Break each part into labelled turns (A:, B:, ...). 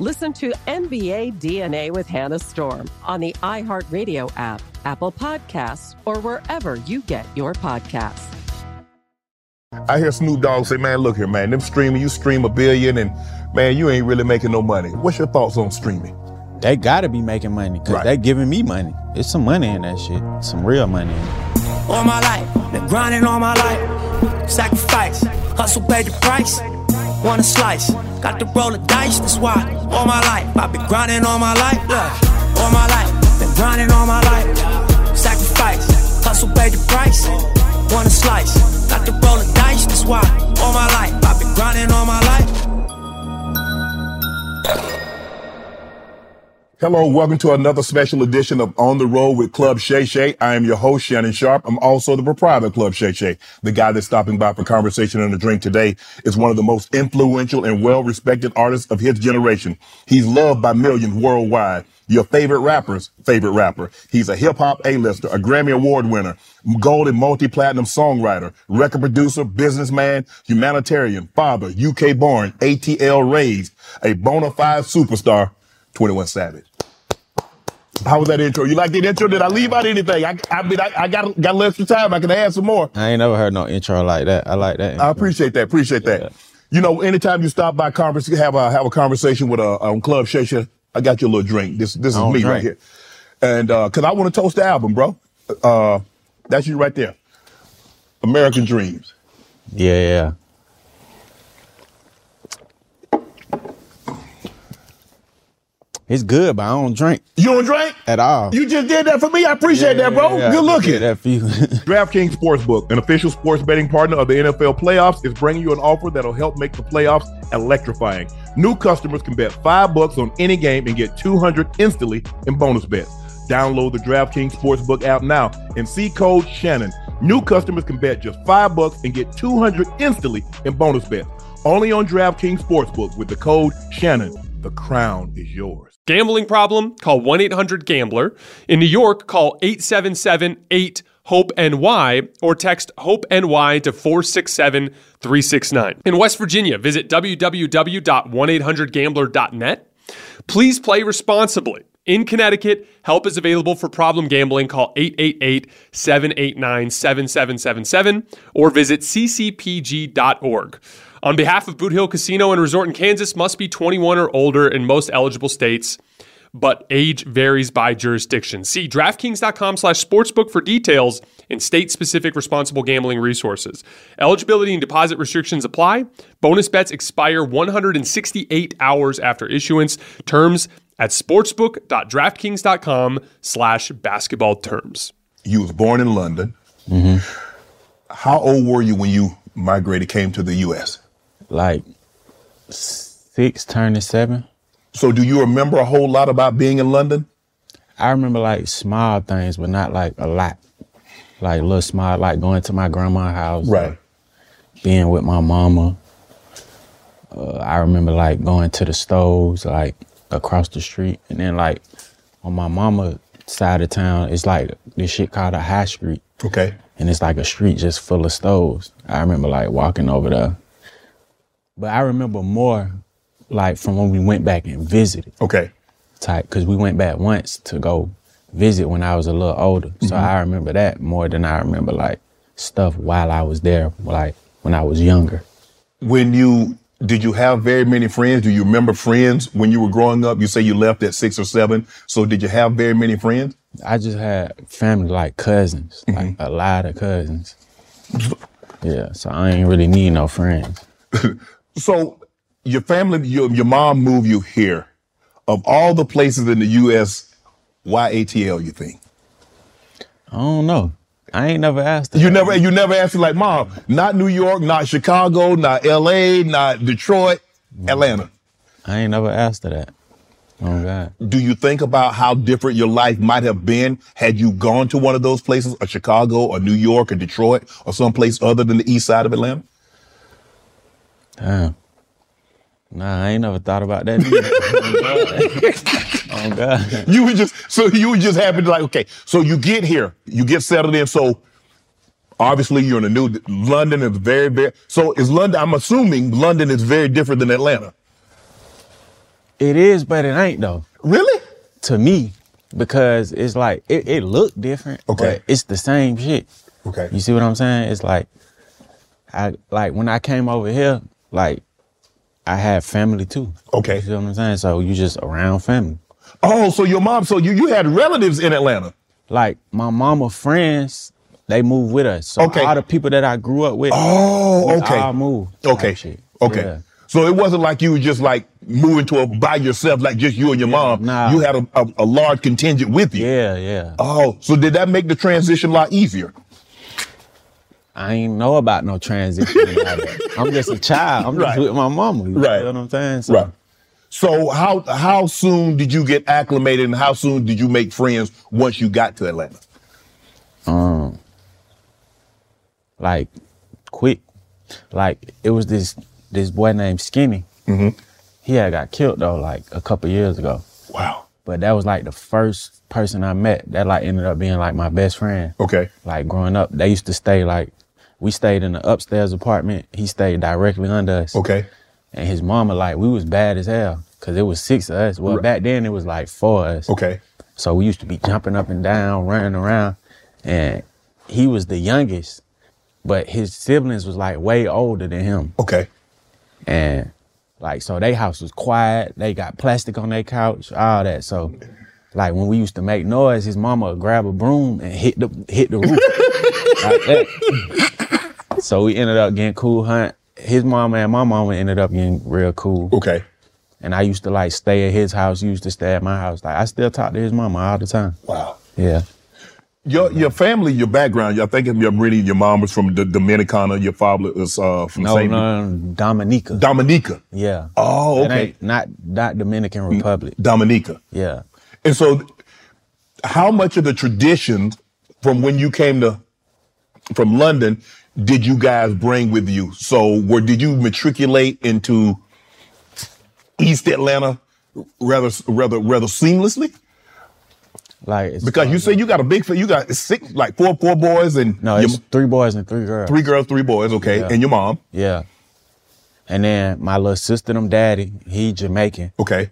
A: Listen to NBA DNA with Hannah Storm on the iHeartRadio app, Apple Podcasts, or wherever you get your podcasts.
B: I hear Snoop Dogg say, man, look here, man, them streaming, you stream a billion and man, you ain't really making no money. What's your thoughts on streaming?
C: They gotta be making money, cause
B: Right.
C: they giving me money. It's some money in that shit. Some real money in it.
D: all my life. Been grinding all my life. Sacrifice, hustle paid the price. Want a slice, got to roll the dice. That's why all my life I've been grinding all my life. Look, all my life been grinding all my life. Sacrifice, hustle paid the price. Want a slice, got to roll the dice. That's why all my life I've been grinding all my life.
B: Hello, and welcome to another special edition of On the Road with Club Shay Shay. I am your host, Shannon Sharp. I'm also the proprietor of Club Shay Shay. The guy that's stopping by for conversation and a drink today is one of the most influential and well-respected artists of his generation. He's loved by millions worldwide. Your favorite rapper's favorite rapper. He's a hip hop A-lister, a Grammy Award winner, gold and multi-platinum songwriter, record producer, businessman, humanitarian, father, UK born, ATL raised, a bona fide superstar, 21 Savage. How was that intro? You like that intro? Did I leave out anything? I, I mean, I, I got got a little extra time. I can add some more.
C: I ain't never heard no intro like that. I like that.
B: I appreciate that. Appreciate that. You know, anytime you stop by, converse, have a have a conversation with a on Club Shay Shay, I got you a little drink. This this is
C: don't
B: me right
C: Oh, drink.
B: here, and uh, cause I want to toast the album, bro. Uh, that's you right there. American Dreams.
C: yeah, yeah. It's good, but I don't drink
B: You don't drink?
C: at all.
B: You just did that for me. I appreciate that, bro.
C: Yeah, I
B: Good
C: appreciate
B: looking.
C: That for you.
B: DraftKings Sportsbook, an official sports betting partner of the NFL playoffs, is bringing you an offer that'll help make the playoffs electrifying. New customers can bet five bucks on any game and get 200 instantly in bonus bets. Download the DraftKings Sportsbook app now and see code Shannon. New customers can bet just five bucks and get 200 instantly in bonus bets. Only on DraftKings Sportsbook with the code Shannon. The crown is yours.
E: Gambling problem? Call 1 800 Gambler. In New York, call 877 8 HOPE NY or text HOPE NY to 467 369. In West Virginia, visit www.1800gambler.net. Please play responsibly. In Connecticut, help is available for problem gambling. Call 888 789 7777 or visit ccpg.org. On behalf of Boot Hill Casino and Resort in Kansas, must be 21 or older in most eligible states, but age varies by jurisdiction. See DraftKings.com slash sportsbook for details and state-specific responsible gambling resources. Eligibility and deposit restrictions apply. Bonus bets expire 168 hours after issuance. Terms at sportsbook.draftkings.com slash basketball terms.
B: you was born in London. How old were you when you migrated, came to the U.S.?
C: like six turning seven.
B: So, do you remember a whole lot about being in London?
C: I remember like small things, but not like a lot. Like little small, like going to my grandma's house,
B: Right.
C: being with my mama. Uh, I remember like going to the stoves like across the street, and then like on my mama side of town, it's like this shit called a high street,
B: Okay.
C: and it's like a street just full of stoves. I remember like walking over there, but I remember more like from when we went back and visited
B: Okay.
C: type because we went back once to go visit when I was a little older. So I remember that more than I remember like stuff while I was there, like when I was younger.
B: When you did you have very many friends? Do you remember friends when you were growing up? You say you left at six or seven. So did you have very many friends?
C: I just had family like cousins,
B: Mm-hmm.
C: like a lot of cousins. Yeah, so I ain't really need no friends.
B: So your family, your, your mom moved you here. Of all the places in the U.S., why ATL? You think?
C: I don't know. I ain't never asked. her
B: You
C: that.
B: never you never asked you like, Mom, not New York, not Chicago, not LA, not Detroit, Atlanta.
C: I ain't never asked her that. Oh God.
B: Do you think about how different your life might have been had you gone to one of those places, or Chicago, or New York, or Detroit, or someplace other than the east side of Atlanta?
C: Damn. Nah, I ain't never thought about that. either. oh God. Oh, God.
B: You were just so you were just happy to like, okay, so you get here, you get settled in, so obviously you're in a new London is very, very so is London I'm assuming London is very different than Atlanta.
C: It is, but it ain't though.
B: Really?
C: to me because it's like it, it looked different.
B: Okay.
C: But it's the same shit.
B: Okay.
C: You see what I'm saying? It's like I like when I came over here, like I had family too.
B: Okay.
C: You see what I'm saying? So you just around family.
B: Oh, so your mom, so you you had relatives in Atlanta.
C: Like my mama friends, they moved with us. So
B: Okay.
C: all the people that I grew up with,
B: Oh, okay.
C: all moved. type
B: Okay.
C: shit.
B: Okay.
C: Yeah.
B: So it wasn't like you were just like moving to a by yourself, like just you and your mom.
C: nah.
B: You had a, a, a large contingent with you.
C: Yeah, yeah.
B: Oh, so did that make the transition a lot easier?
C: I ain't know about no transition. I'm just a child. I'm
B: Right.
C: just with my mama. You
B: Right.
C: know what I'm saying? So
B: So how how soon did you get acclimated and how soon did you make friends once you got to Atlanta?
C: um like quick like it was this this boy named skinny
B: Mm-hmm.
C: he had got killed though like a couple years ago
B: Wow.
C: but that was like the first person i met that like ended up being like my best friend
B: Okay.
C: like growing up they used to stay like we stayed in the upstairs apartment he stayed directly under us
B: Okay.
C: and his mama like we was bad as hell because it was six of us well back then it was like four of us
B: Okay.
C: so we used to be jumping up and down, running around, and he was the youngest, but his siblings was like way older than him,
B: Okay.
C: and like so their house was quiet. They got plastic on their couch, all that. So like when we used to make noise, his mama would grab a broom and hit the hit the roof. like that. So we ended up getting cool, hunt. His mama and my mama ended up getting real cool.
B: Okay.
C: And I used to like stay at his house, he used to stay at my house. Like I still talk to his mama all the time.
B: Wow.
C: Yeah.
B: Your your family, your background, I think your really your mom was from the Dominicana, your father was uh, from
C: No,
B: Saint
C: no, no, Dominica.
B: Dominica.
C: yeah.
B: Oh,
C: It
B: okay. Mm.
C: ain't- Not not Dominican Republic.
B: Dominica.
C: Yeah.
B: And so, how much of the traditions from when you came to from London did you guys bring with you? So, where did you matriculate into East Atlanta rather rather rather seamlessly?
C: Like it's
B: Because you say you got a big, fa- you got six like four four boys and
C: no,
B: your-
C: it's three boys and three girls.
B: three girls, three boys, okay,
C: Yeah.
B: and your mom,
C: Yeah. And then my little sister, them daddy, he Jamaican.
B: okay,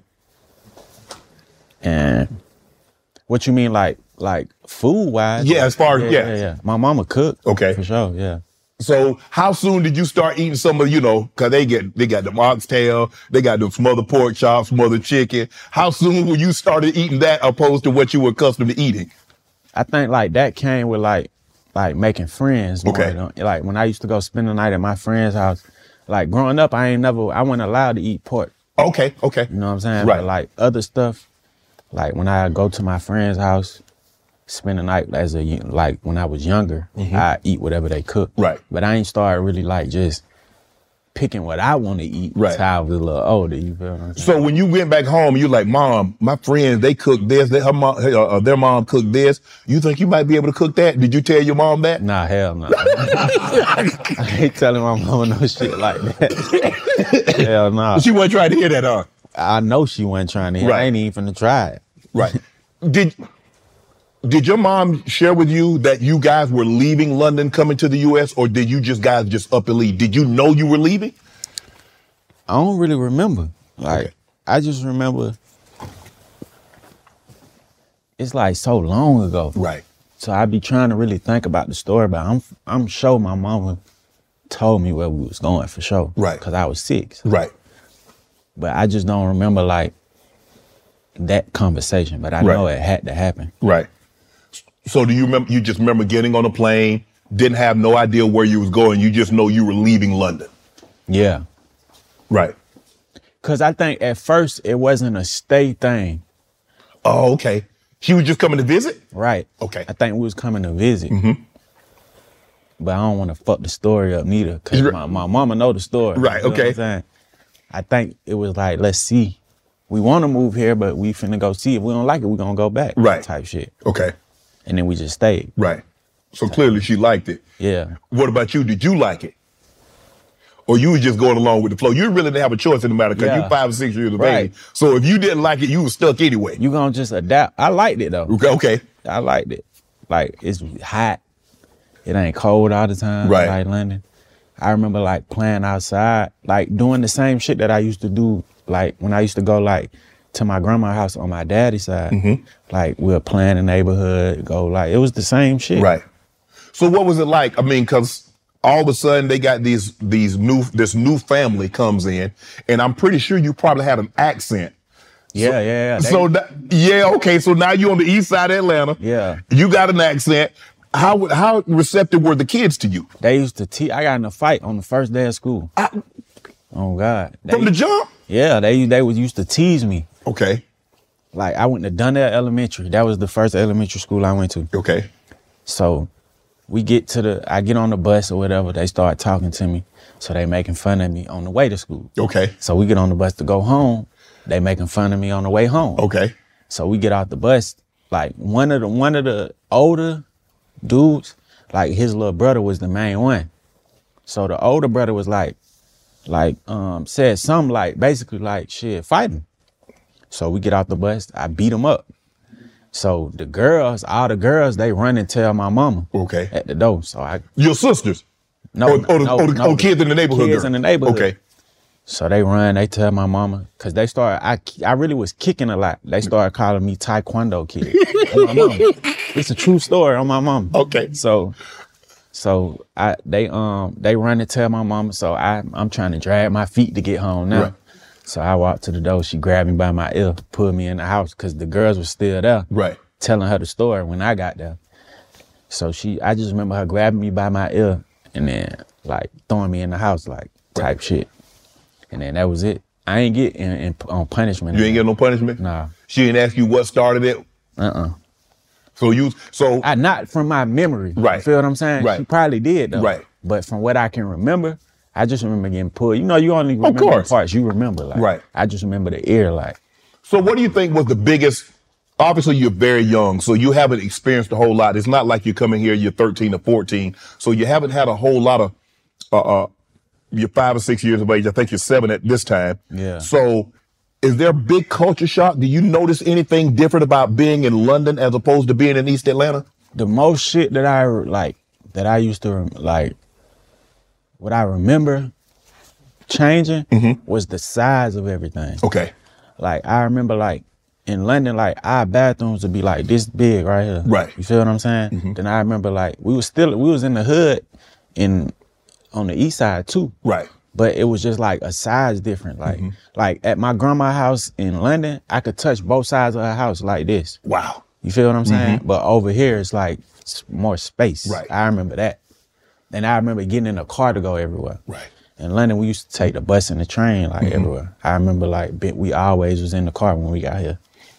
C: And what you mean, like like food wise?
B: Yeah, as far- yeah.
C: yeah, yeah. My mama cooked.
B: Okay.
C: for sure. Yeah.
B: So how soon did you start eating some of you know? Cause they get they got the oxtail, they got the smothered pork chops, smothered chicken. How soon when you started eating that opposed to what you were accustomed to eating?
C: I think like that came with like like making friends. more
B: Okay.
C: than- Like when I used to go spend the night at my friend's house, like growing up, I ain't never I wasn't allowed to eat pork.
B: Okay, okay,
C: You know what I'm saying?
B: Right.
C: But like other stuff, like when I go to my friend's house, spend the night as a like when I was younger, I eat whatever they cook.
B: Mm-hmm. Right.
C: But I ain't started really like just picking what I want to eat
B: Right.
C: until I was a little older. You feel what I'm saying?
B: So when you went back home, you like, Mom, my friends, they cooked this. They, her mom, her, uh, their mom cooked this. You think you might be able to cook that? Did you tell your mom that?
C: Nah, hell no. I ain't telling my mama no shit like that. hell nah.
B: She wasn't trying to hear that, huh?
C: I know she wasn't trying to. hear.
B: Right.
C: I ain't even finna try it.
B: Right. did Did your mom share with you that you guys were leaving London, coming to the U.S., or did you just guys just up and leave? Did you know you were leaving?
C: I don't really remember. Like
B: Okay.
C: I just remember. It's like so long ago.
B: Right.
C: So I be trying to really think about the story, but I'm I'm sure my mama told me where we was going for sure.
B: Right.
C: Cause I was six.
B: Right.
C: But I just don't remember like that conversation. But I
B: Right.
C: know it had to happen.
B: Right. So do you remember? You just remember getting on a plane, didn't have no idea where you was going. You just know you were leaving London.
C: Yeah.
B: Right.
C: Cause I think at first it wasn't a stay thing.
B: Oh, okay. She was just coming to visit.
C: Right.
B: Okay. Mm-hmm.
C: I think we was coming to visit. But I don't want to fuck the story up neither, cause
B: You're-
C: my, my mama know the story.
B: Right,
C: You know what
B: okay.
C: I'm saying? i think it was like, let's see, we want to move here, but we finna go see if we don't like it, we gonna go back.
B: Right.
C: Type shit.
B: Okay.
C: And then we just stayed.
B: Right. So clearly she liked it.
C: Yeah.
B: What about you? Did you like it? Or you was just going along with the flow? You really didn't have a choice in the matter because you
C: Yeah.
B: five or six years of
C: Right.
B: age. So if you didn't like it, you was stuck anyway.
C: You gonna just adapt? I liked it though.
B: okay. okay.
C: I liked it. Like it's hot. It ain't cold all the time.
B: Right.
C: Like London. I remember like playing outside, like doing the same shit that I used to do, like when I used to go like to my grandma's house on my daddy's side.
B: Mm-hmm.
C: Like we were playing in the neighborhood, go like it was the same shit.
B: Right. So what was it like? I mean, because all of a sudden they got these these new this new family comes in, and I'm pretty sure you probably had an accent.
C: Yeah, yeah, yeah. They-
B: so that, yeah, okay. So now you're on the east side of Atlanta.
C: Yeah.
B: You got an accent. How how receptive were the kids to you
C: they used to teach I got in a fight on the first day of school. oh God. They-
B: from the jump?
C: yeah, they they was used to tease me.
B: Okay.
C: Like I went to Dunnell Elementary. That was the first elementary school I went to.
B: Okay.
C: So we get to the, I get on the bus or whatever. They start talking to me, so they making fun of me on the way to school.
B: Okay.
C: So we get on the bus to go home. They making fun of me on the way home.
B: Okay.
C: So we get off the bus. Like one of the one of the older dudes, like his little brother was the main one. So the older brother was like, like um said something like basically like shit fighting. So we get off the bus. I beat him up. So the girls, all the girls, they run and tell my mama
B: Okay.
C: at the door. So I
B: Your sisters.
C: no,
B: or, or, Oh, the,
C: no,
B: or, the,
C: no,
B: or kids in the neighborhood.
C: Kids
B: girl.
C: in the neighborhood.
B: Okay.
C: So they run, they tell my mama, cause they started, I, I really was kicking a lot. They started calling me Taekwondo kid. on my mama. It's a true story on my mama.
B: Okay.
C: So, so I, they, um, they run and tell my mama. So I, I'm trying to drag my feet to get home now.
B: Right.
C: So I walked to the door. She grabbed me by my ear, pulled me in the house, cause the girls were still there.
B: Right.
C: Telling her the story when I got there. So she, I just remember her grabbing me by my ear and then like throwing me in the house, like type shit. And then that was it. I ain't get in, in on punishment.
B: You ain't get no punishment?
C: Nah.
B: She didn't ask you what started it?
C: Uh uh
B: So you so
C: I not from my memory. You
B: Right.
C: feel what I'm saying?
B: Right.
C: She probably did though.
B: Right.
C: But from what I can remember, I just remember getting pulled. You know, you only remember the
B: course.
C: parts you remember. Like,
B: Right.
C: I just remember the ear. Like,
B: So what do you think was the biggest? Obviously, you're very young, so you haven't experienced a whole lot. It's not like you're coming here, you're 13 or 14, so you haven't had a whole lot of. Uh, uh, you're five or six years of age. I think you're seven at this time.
C: Yeah.
B: So, is there a big culture shock? Do you notice anything different about being in London as opposed to being in East Atlanta?
C: the most shit that I like that I used to rem- like what I remember changing
B: Mm-hmm.
C: was the size of everything.
B: Okay.
C: Like I remember like in London, like our bathrooms would be like this big right here.
B: Right. Mm-hmm.
C: You feel what I'm saying? Then I remember like we was still we was in the hood in on the east side too.
B: Right. Mm-hmm.
C: But it was just like a size different. Like like at my grandma's house in London, I could touch both sides of her house like this.
B: Wow.
C: You feel what I'm saying? But over here, it's like s- more space.
B: Mm-hmm. Right.
C: I remember that. And I remember getting in a car to go everywhere.
B: Right. Mm-hmm.
C: In London, we used to take the bus and the train like everywhere. I remember like be- we always was in the car when we got here.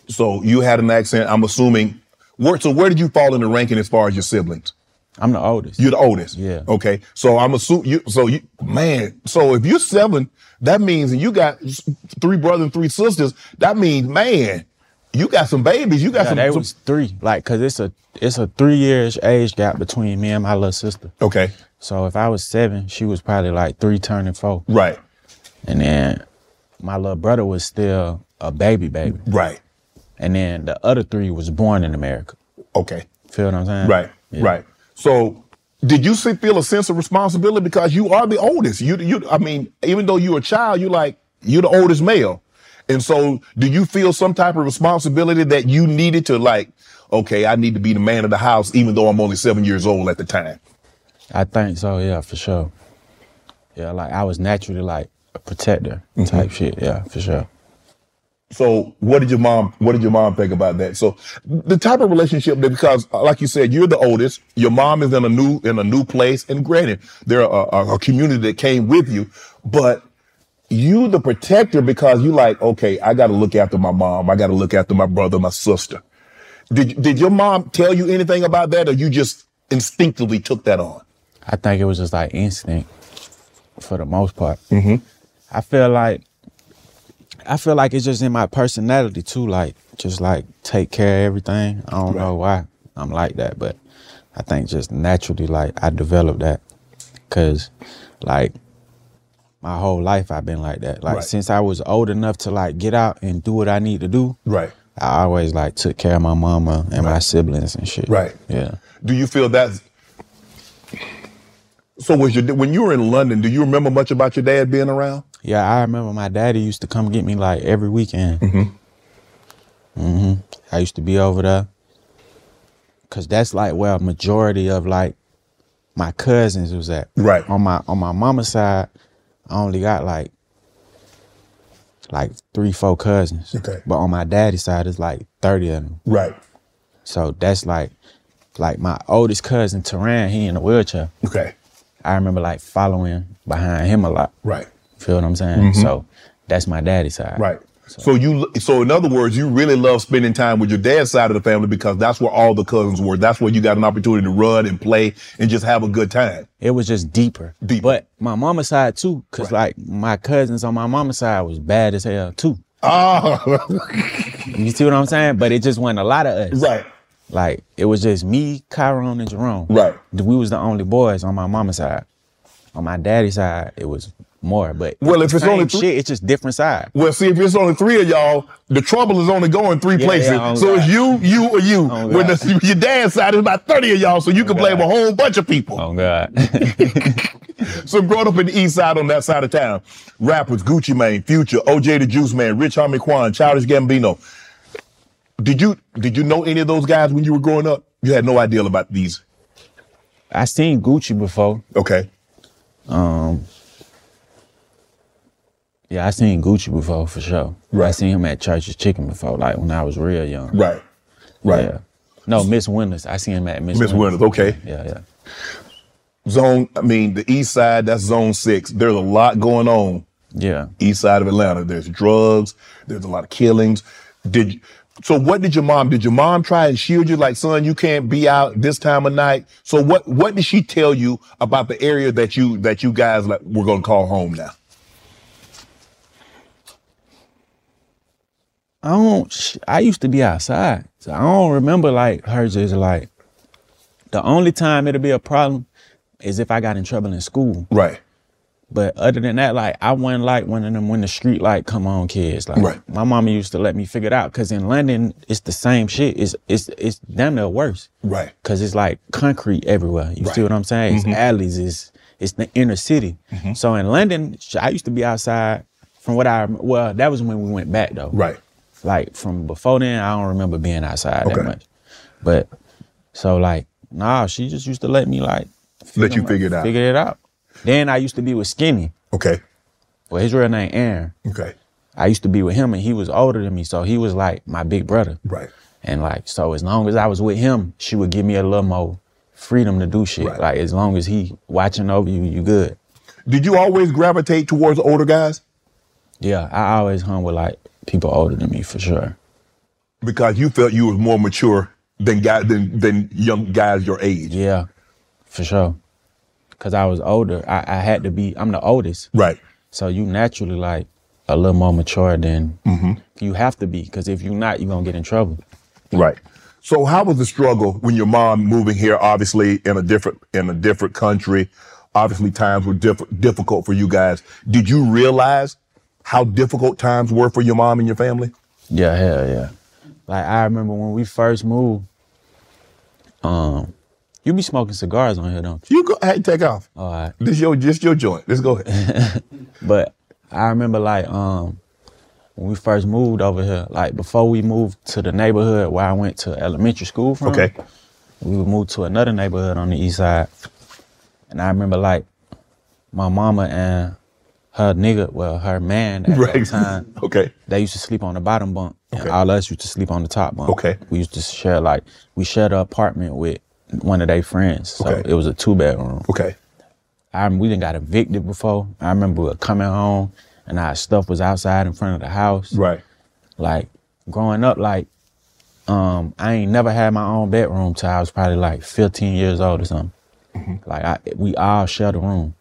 B: So you had an accent. I'm assuming. Where, so where did you fall in the ranking as far as your siblings?
C: I'm the oldest.
B: You're the oldest.
C: Yeah.
B: Okay. So I'm assume you. So you, man. So if you're seven, that means and you got s- three brothers and three sisters. That means, man, you got some babies. You got
C: Yeah,
B: some.
C: they
B: some-
C: was three. Like, cause it's a it's a three years age gap between me and my little sister.
B: okay.
C: So if I was seven, she was probably like three turning four.
B: Right.
C: And then my little brother was still a baby baby.
B: Right.
C: And then the other three was born in America.
B: Okay.
C: Feel what I'm saying?
B: Right.
C: Yeah.
B: Right. So did you see, feel a sense of responsibility because you are the oldest? You you. I mean, even though you're a child, you're like you're the oldest male, and so do you feel some type of responsibility that you needed to like? Okay, I need to be the man of the house, even though I'm only seven years old at the time.
C: I think so, yeah, for sure. Yeah, like I was naturally like a protector type shit. Yeah, for sure.
B: So what did your mom what did your mom think about that? So the type of relationship that because uh, like you said, you're the oldest, your mom is in a new in a new place, and granted, there are a, a- a community that came with you, but you the protector because you like, okay, I gotta look after my mom, I gotta look after my brother, my sister. Did did your mom tell you anything about that or you just instinctively took that on?
C: I think it was just like instinct for the most part. Mm-hmm. I feel like I feel like it's just in my personality too. Like just like take care of everything. I don't know why I'm like that, but I think just naturally like I developed that because like my whole life I've been like that. Like
B: Right.
C: since I was old enough to like get out and do what I need to do.
B: Right.
C: I always like took care of my mama and my siblings and shit.
B: Right.
C: Yeah.
B: Do you feel that? So was your when you were in London? Do you remember much about your dad being around?
C: Yeah, I remember my daddy used to come get me like every weekend. Mm-hmm. I used to be over there. Cause that's like where a majority of like my cousins was at.
B: Right.
C: On my on my mama's side, I only got like like three, four cousins.
B: Okay.
C: But on my daddy's side, it's like 30 of them.
B: Right.
C: So that's like like my oldest cousin, Teran, he in a wheelchair.
B: Okay.
C: I remember like following behind him a lot.
B: Right. Mm-hmm.
C: Feel what I'm saying? So that's my daddy's side.
B: Right. So, you so in other words, you really love spending time with your dad's side of the family because that's where all the cousins were. That's where you got an opportunity to run and play and just have a good time.
C: It was just deeper.
B: Deeper.
C: But my mama's side too, cause like my cousins on my mama's side was bad as hell too.
B: Oh,
C: You see what I'm saying? But it just wasn't a lot of us.
B: right.
C: Like it was just me, Kyron, and Jerome.
B: Right.
C: We was the only boys on my mama's side. On my daddy's side, it was more. But
B: Well, if
C: the
B: it's only
C: same
B: three-
C: shit, it's just different side.
B: Well, see, if it's only three of y'all, the trouble is only going three
C: Yeah,
B: places.
C: yeah, oh,
B: so it's
C: God.
B: you, you, or you.
C: Oh,
B: when
C: God.
B: the, your dad's side is about 30 of y'all, so you can blame a whole bunch of people.
C: Oh God.
B: So growing up in the east side on that side of town, rappers Gucci Mane, Future, OJ the Juice Man, Rich Homie Quan, Childish Gambino. Did you did you know any of those guys when you were growing up? You had no idea about these.
C: I seen Gucci before.
B: Okay.
C: Yeah, I seen Gucci before for sure. I
B: Right.
C: seen him at Church's Chicken before, like when I was real young.
B: Right. Right.
C: Yeah. No, Miss Winters. I seen him at Miss
B: Miss
C: Winters.
B: Winters, okay.
C: Yeah, yeah.
B: Zone, I mean, the east side, that's zone six. There's a lot going on
C: Yeah.
B: east side of Atlanta. There's drugs, there's a lot of killings. Did so what did your mom did your mom try and shield you like son you can't be out this time of night so what what did she tell you about the area that you that you guys like we're going to call home now
C: I don't. sh- I used to be outside, so I don't remember like her just like. The only time it'll be a problem is if I got in trouble in school.
B: right
C: But other than that, like I wasn't like one of them when the street light come on kids. Like
B: Right.
C: my mama used to let me figure it out because in London it's the same shit. It's it's it's damn near worse.
B: Right.
C: Cause it's like concrete everywhere. You see
B: Right. Mm-hmm.
C: what I'm saying? It's alleys. It's it's the inner city. So in London, sh- I used to be outside. From what I rem- well, that was when we went back though.
B: right
C: Like from before then, I don't remember being outside
B: Okay.
C: that much. But so like, nah, she just used to let me like
B: let you figure it out
C: figure it out. Then I used to be with Skinny.
B: okay
C: Well, his real name Aaron.
B: okay
C: I used to be with him, and he was older than me, so he was like my big brother.
B: right
C: And like, so as long as I was with him, she would give me a little more freedom to do shit.
B: Right.
C: Like, as long as he watching over you, you good.
B: did you always gravitate towards older guys
C: Yeah, I always hung with like people older than me for sure.
B: because you felt you was more mature than guys than than young guys your age
C: Yeah, for sure. Cause I was older. I, I had to be. I'm the oldest.
B: Right.
C: So you naturally like a little more mature than you have to be. Cause if you're not, you're gonna get in trouble.
B: Right. So how was the struggle when your mom moving here, obviously in a different in a different country? Obviously times were diff- difficult for you guys. Did you realize how difficult times were for your mom and your family?
C: Yeah, hell yeah. Like I remember when we first moved. Um, you be smoking cigars on here, don't Oh, you?
B: You go hey, take off. All
C: right.
B: This your just your joint. Let's go ahead.
C: But I remember like um when we first moved over here, like before we moved to the neighborhood where I went to elementary school from.
B: okay.
C: we would move to another neighborhood on the east side. And I remember like my mama and her nigga, well, her man at
B: Right.
C: that time,
B: Okay.
C: they used to sleep on the bottom bunk. And
B: Okay.
C: all us used to sleep on the top bunk.
B: Okay.
C: We used to share like we shared an apartment with one of their friends. So
B: Okay.
C: it was a two bedroom.
B: Okay.
C: I we didn't got evicted before. I remember coming home and our stuff was outside in front of the house
B: Right.
C: like growing up like um i ain't never had my own bedroom till i was probably like 15 years old or something like I, we all shared a room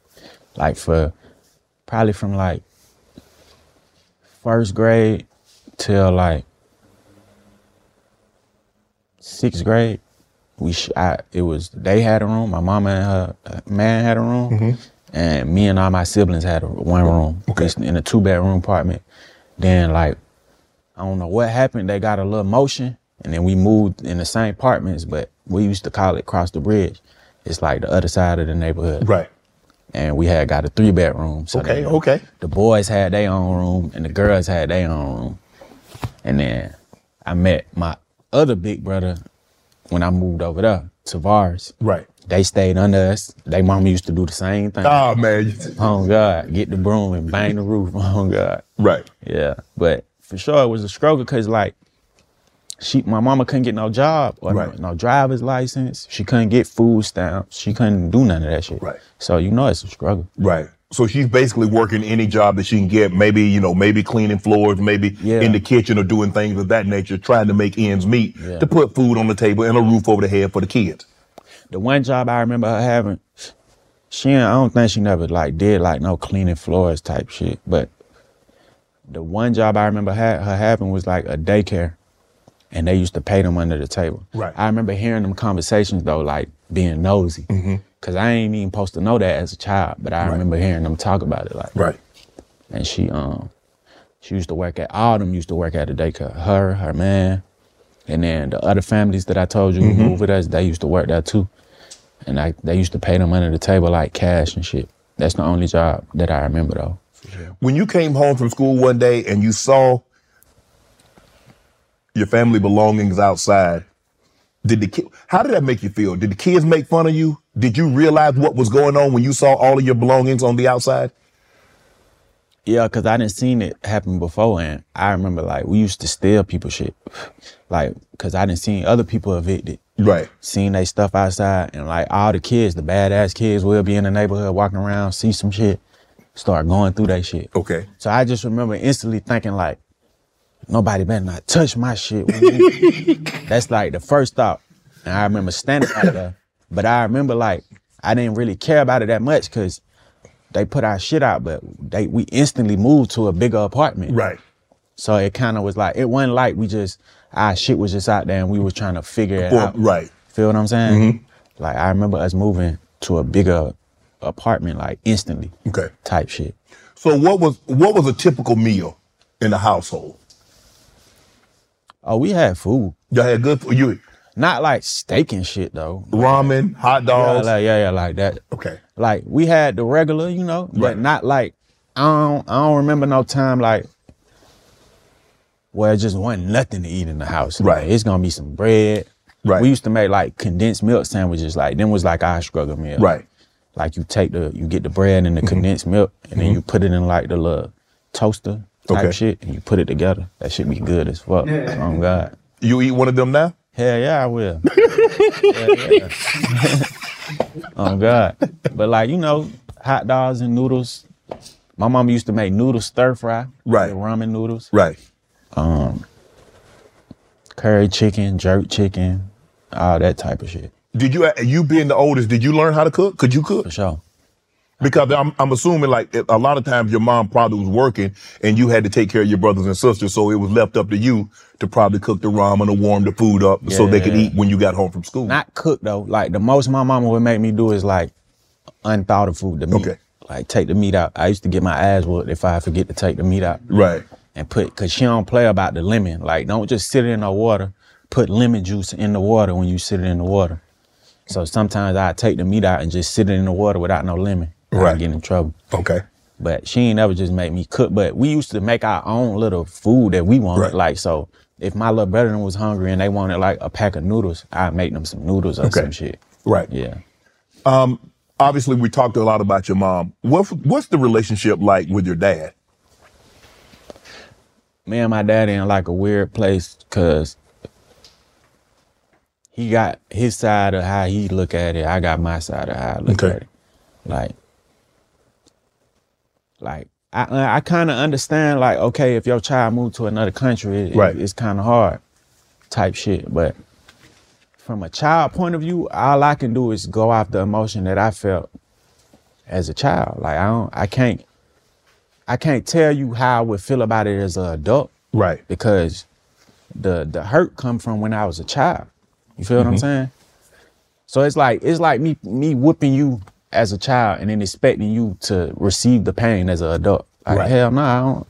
C: like for probably from like first grade till like sixth grade we sh- I, it was they had a room my mama and her uh, man had a room and me and all my siblings had a, one room It's in a two bedroom apartment then like I don't know what happened. They got a little motion, and then we moved in the same apartments, but we used to call it cross the bridge. It's like the other side of the neighborhood.
B: Right.
C: And we had got a three bedroom. So
B: Okay,
C: then
B: okay.
C: The boys had their own room, and the girls had their own room. And then I met my other big brother when I moved over there to Vars.
B: Right.
C: They stayed under us. They mama used to do the same thing.
B: Oh man.
C: Oh God, get the broom and bang the roof. Oh God.
B: Right.
C: Yeah, but for sure it was a struggle because like she, my mama couldn't get no job or
B: Right.
C: no, no driver's license. She couldn't get food stamps. She couldn't do none of that shit.
B: Right.
C: So you know it's a struggle.
B: Right. So she's basically working any job that she can get, maybe, you know, maybe cleaning floors, maybe
C: Yeah.
B: in the kitchen or doing things of that nature, trying to make ends meet
C: Yeah.
B: to put food on the table and a roof over the head for the kids.
C: The one job I remember her having, she ain't- I don't think she never like did like no cleaning floors type shit. But the one job I remember ha- her having was like a daycare, and they used to pay them under the table.
B: Right.
C: I remember hearing them conversations though, like being nosy, cause I ain't even supposed to know that as a child. But I remember hearing them talk about it, like. And she um, she used to work at all of them used to work at a daycare. Her, her man, and then the other families that I told you who moved with us, they used to work there too. And I, they used to pay them under the table like cash and shit. That's the only job that I remember though.
B: When you came home from school one day and you saw your family belongings outside, did the ki- how did that make you feel? Did the kids make fun of you? Did you realize what was going on when you saw all of your belongings on the outside?
C: Yeah, cause I didn't seen it happen before, and I remember like we used to steal people shit, like cause I didn't seen other people evicted.
B: Right.
C: seeing they stuff outside and like all the kids, the badass kids will be in the neighborhood walking around, see some shit, start going through that shit.
B: Okay.
C: So I just remember instantly thinking like, nobody better not touch my shit. when we- That's like the first thought. And I remember standing out there, but I remember like, I didn't really care about it that much because they put our shit out, but they we instantly moved to a bigger apartment.
B: Right.
C: So it kind of was like it wasn't like we just our shit was just out there and we was trying to figure it
B: Well,
C: out.
B: right. Mm-hmm.
C: Feel what I'm saying? Like I remember us moving to a bigger apartment like instantly.
B: Okay.
C: Type shit.
B: So what was what was a typical meal in the household?
C: Oh, we had food.
B: Y'all had good food. You
C: Not like steak and shit though.
B: ramen, hot
C: Yeah,
B: dogs.
C: like, yeah, yeah, like that.
B: okay.
C: Like we had the regular, you know,
B: Right.
C: but not like I don't I don't remember no time like where it just wasn't nothing to eat in the house. Like,
B: Right.
C: it's gonna be some bread.
B: Right.
C: We used to make like condensed milk sandwiches. Like them was like our struggle meal.
B: Right. Mm-hmm.
C: Like you take the you get the bread and the condensed milk and then you put it in like the little toaster type
B: Okay.
C: shit and you put it together. That should be good as fuck. Oh God.
B: You eat one of them now?
C: Hell yeah, I will. Hell yeah. oh God. But like, you know, hot dogs and noodles. My mama used to make noodles stir fry.
B: Right.
C: the ramen noodles.
B: Right.
C: Curry chicken, jerk chicken, all that type of shit.
B: Did you uh, you being the oldest? Did you learn how to cook? Could you cook?
C: for sure.
B: Because I'm, I'm assuming like a lot of times your mom probably was working and you had to take care of your brothers and sisters. So it was left up to you to probably cook the ramen or warm the food up so they could
C: Yeah.
B: eat when you got home from school.
C: Not cook though. Like the most my mama would make me do is like unthought of food. The meat.
B: Okay.
C: Like take the meat out. I used to get my ass whooped if I forget to take the meat out.
B: right.
C: and put cause she don't play about the lemon. Like don't just sit it in the water. Put lemon juice in the water when you sit it in the water. So sometimes I take the meat out and just sit it in the water without no lemon. I
B: Right.
C: get in trouble.
B: Okay.
C: But she ain't ever just make me cook. But we used to make our own little food that we wanted.
B: Right.
C: Like so if my little brother was hungry and they wanted like a pack of noodles, I'd make them some noodles or
B: Okay.
C: some shit.
B: Right.
C: Yeah.
B: Obviously, we talked a lot about your mom. What, what's the relationship like with your dad?
C: me and my daddy in like a weird place because he got his side of how he look at it. I got my side of how I look
B: Okay.
C: at it. Like, like I I kind of understand. Like, okay, if your child moved to another country, it-
B: Right.
C: it's kind of hard, type shit. But from a child point of view, all I can do is go off the emotion that I felt as a child. Like I don't, I can't, I can't tell you how I would feel about it as an adult
B: Right.
C: because the the hurt come from when I was a child. You feel
B: Mm-hmm.
C: what I'm saying? So it's like it's like me me whooping you as a child and then expecting you to receive the pain as an adult. Like
B: Right.
C: hell no, I don't.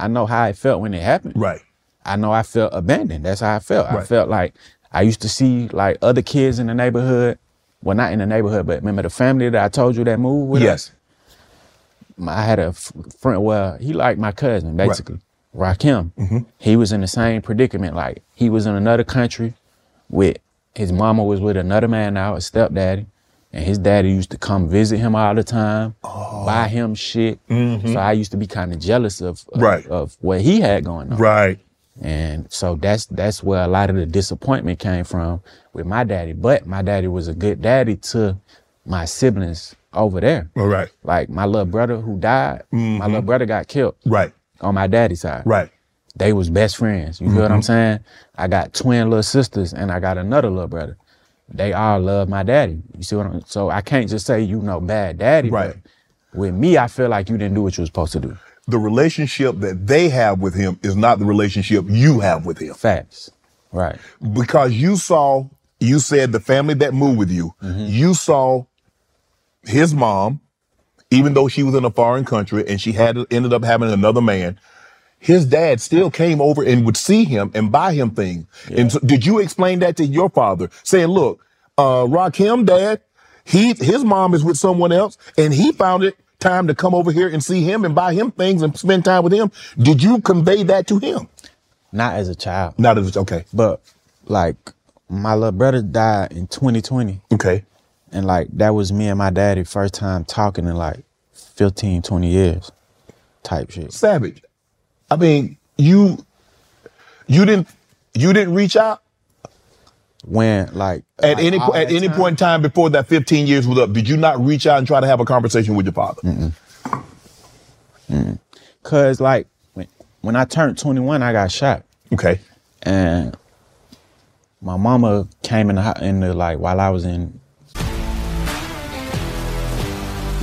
C: I know how it felt when it happened.
B: Right.
C: I know I felt abandoned. That's how I felt. I
B: Right.
C: felt like I used to see like other kids in the neighborhood. Well, not in the neighborhood, but remember the family that I told you that moved with us?
B: Yes.
C: my- I had a f- friend. Well, he liked my cousin basically, Rakim.
B: Mm-hmm.
C: He was in the same predicament. Like he was in another country, with his mama was with another man now, his stepdaddy, and his daddy used to come visit him all the time,
B: Oh.
C: buy him shit. So I used to be kind of jealous of of,
B: Mm-hmm. Right.
C: of what he had going on.
B: Right.
C: And so that's that's where a lot of the disappointment came from with my daddy. But my daddy was a good daddy to my siblings over there.
B: All right.
C: Like my little brother who died, my little brother got killed
B: Mm-hmm. Right.
C: on my daddy's side.
B: Right. Mm-hmm.
C: They was best friends. You feel what I'm saying? I got twin little sisters and I got another little brother. They all love my daddy. You see what I'm so I can't just say you know bad daddy. but
B: Right.
C: With me, I feel like you didn't do what you were supposed to do.
B: The relationship that they have with him is not the relationship you have with him.
C: Facts. Right.
B: because you saw, you said the family that moved with you, you saw his mom, even though she was in a foreign country and she had ended up having another man, his dad still came over and would see him and buy him things. And so did you explain that to your father, saying, "Look, uh, Rakim, dad, he his mom is with someone else, and he found it." Time to come over here and see him and buy him things and spend time with him. Did you convey that to him?
C: Not as a child.
B: Not as okay,
C: But like my little brother died in 2020.
B: okay,
C: And like that was me and my daddy first time talking in like 15, 20 years type shit.
B: Savage. I mean, you you didn't you didn't reach out
C: When like
B: at
C: like,
B: any
C: all
B: po- at
C: that
B: any
C: time-
B: point in time before that 15 years was up. Did you not reach out and try to have a conversation with your father?
C: Cause like when, when I turned 21, I got shot,
B: Okay.
C: and my mama came in the, hou- in the like while I was in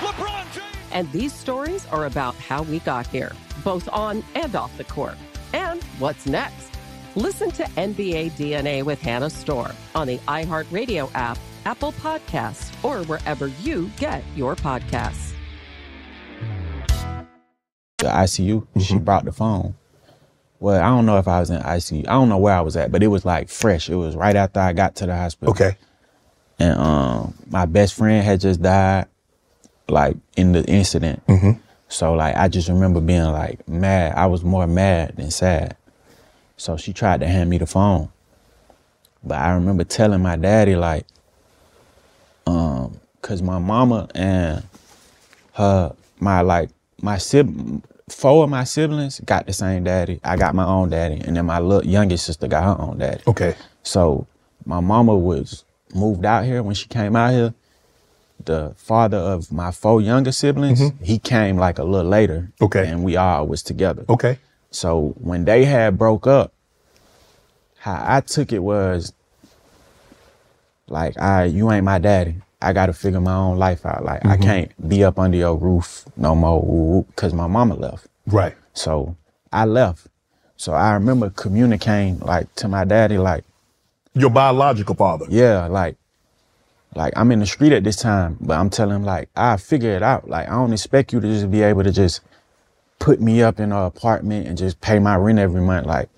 F: LeBron James.
A: And these stories are about how we got here, both on and off the court. And what's next? Listen to NBA DNA with Hannah Storr on the iHeartRadio app, Apple Podcasts, or wherever you get your podcasts.
C: the ICU. She brought the phone. Well, I don't know if I was in ICU. I don't know where I was at, but it was like fresh. It was right after I got to the hospital.
B: Okay.
C: And um, my best friend had just died, like in the incident. So like I just remember being like mad. I was more mad than sad. So she tried to hand me the phone, but I remember telling my daddy like, um, cause my mama and her my like my sib four of my siblings got the same daddy. I got my own daddy, and then my little youngest sister got her own daddy.
B: Okay.
C: So my mama was moved out here when she came out here. The father of my four younger siblings, he came like a little later.
B: Mm-hmm. Okay.
C: And we all was together.
B: Okay.
C: So when they had broke up, how I took it was like, I you ain't my daddy. I gotta figure my own life out. Like
B: Mm-hmm.
C: I can't be up under your roof no more because my mama left.
B: Right.
C: So I left. So I remember communicating like to my daddy, like,
B: Your biological father.
C: yeah, like, like I'm in the street at this time, but I'm telling him like I figure it out. Like I don't expect you to just be able to just put me up in an apartment and just pay my rent every month. Like,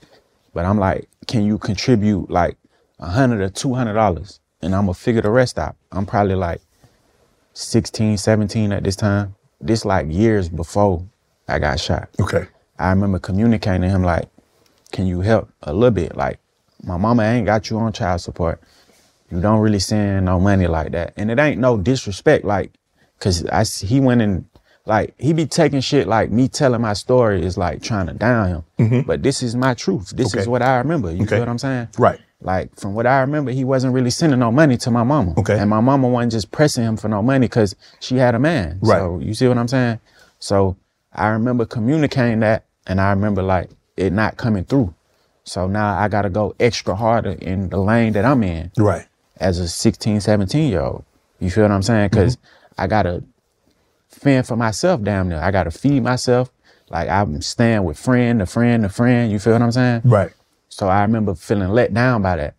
C: but I'm like, can you contribute like a hundred or two hundred dollars, and I'm gonna figure the rest out. I'm probably like 16, 17 at this time. This like years before I got shot.
B: Okay.
C: I remember communicating to him like, "Can you help a little bit? Like, my mama ain't got you on child support. You don't really send no money like that, and it ain't no disrespect. Like, cause I s- he went and like he be taking shit like me telling my story is like trying to down him. But this is my truth. This is
B: Mm-hmm. Okay.
C: what I remember. You
B: Okay.
C: feel what I'm saying?
B: Right.
C: Like from what I remember, he wasn't really sending no money to my mama.
B: Okay.
C: And my mama wasn't just pressing him for no money because she had a man.
B: Right.
C: So you see what I'm saying? So I remember communicating that and I remember like it not coming through. So now I gotta go extra harder in the lane that I'm in
B: Right.
C: as a 16, 17 year old. You feel what I'm saying? because I gotta fend for myself damn near. I gotta feed myself. Like I'm staying with friend, a friend, a friend. You feel what I'm saying?
B: Right.
C: So I remember feeling let down by that.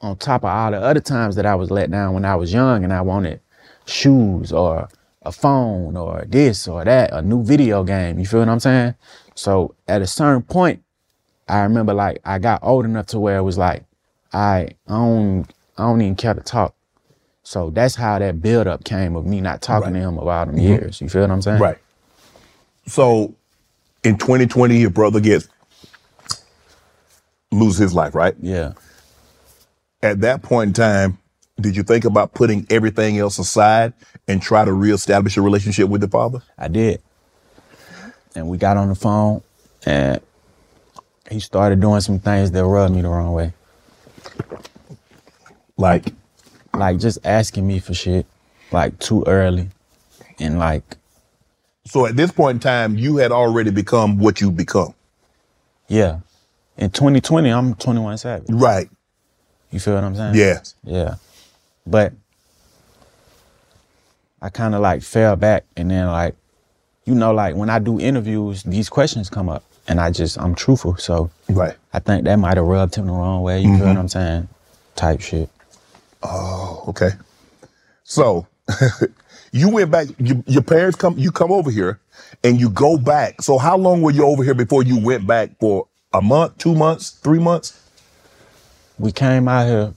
C: On top of all the other times that I was let down when I was young and I wanted shoes or a phone or this or that, a new video game. You feel what I'm saying? So at a certain point, I remember like I got old enough to where it was like, I I don't I don't even care to talk. So that's how that buildup came of me not talking to him about them years. You feel what I'm saying?
B: Right. So in 2020, your brother gets lose his life, right?
C: Yeah.
B: At that point in time, did you think about putting everything else aside and try to reestablish a relationship with the father?
C: I did. And we got on the phone and he started doing some things that rubbed me the wrong way.
B: Like,
C: Like just asking me for shit, like too early. And like,
B: so at this point in time, you had already become what you've become.
C: yeah. In 2020, I'm 21 Savage.
B: Right.
C: You feel what I'm saying?
B: Yes.
C: Yeah. But I kind of like fell back and then like you know, like when I do interviews, these questions come up, and I just I'm truthful. So
B: right,
C: I think that might have rubbed him the wrong way. You feel
B: Mhm.
C: what I'm saying? Type shit.
B: Oh, okay. So you went back. You, your parents come. You come over here, and you go back. So how long were you over here before you went back for a month, two months, three months?
C: We came out here.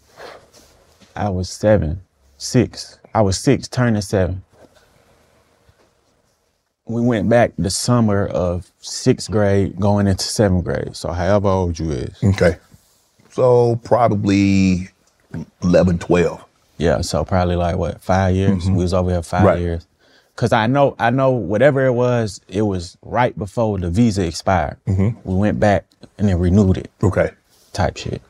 C: I was seven, six. I was six, turning seven. We went back the summer of sixth grade, going into seventh grade. So however old you is.
B: Okay. So probably 11, 12.
C: Yeah, so probably like what five years. We was over here five
B: Right.
C: years. Cause I know, I know, whatever it was, it was right before the visa expired. We went back and then renewed it.
B: Okay.
C: Type shit.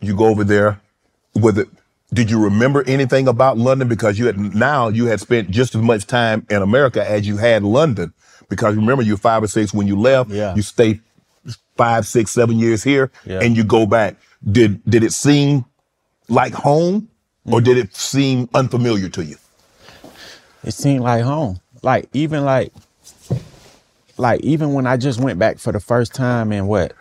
B: You go over there. With it, did you remember anything about London? Because you had now you had spent just as much time in America as you had London. Because remember, you were five or six when you left.
C: Yeah.
B: You stay five, six, seven years here,
C: Yeah.
B: and you go back. Did did it seem like home, or did it seem unfamiliar to you?
C: It seemed like home. Like even like, like even when I just went back for the first time in what?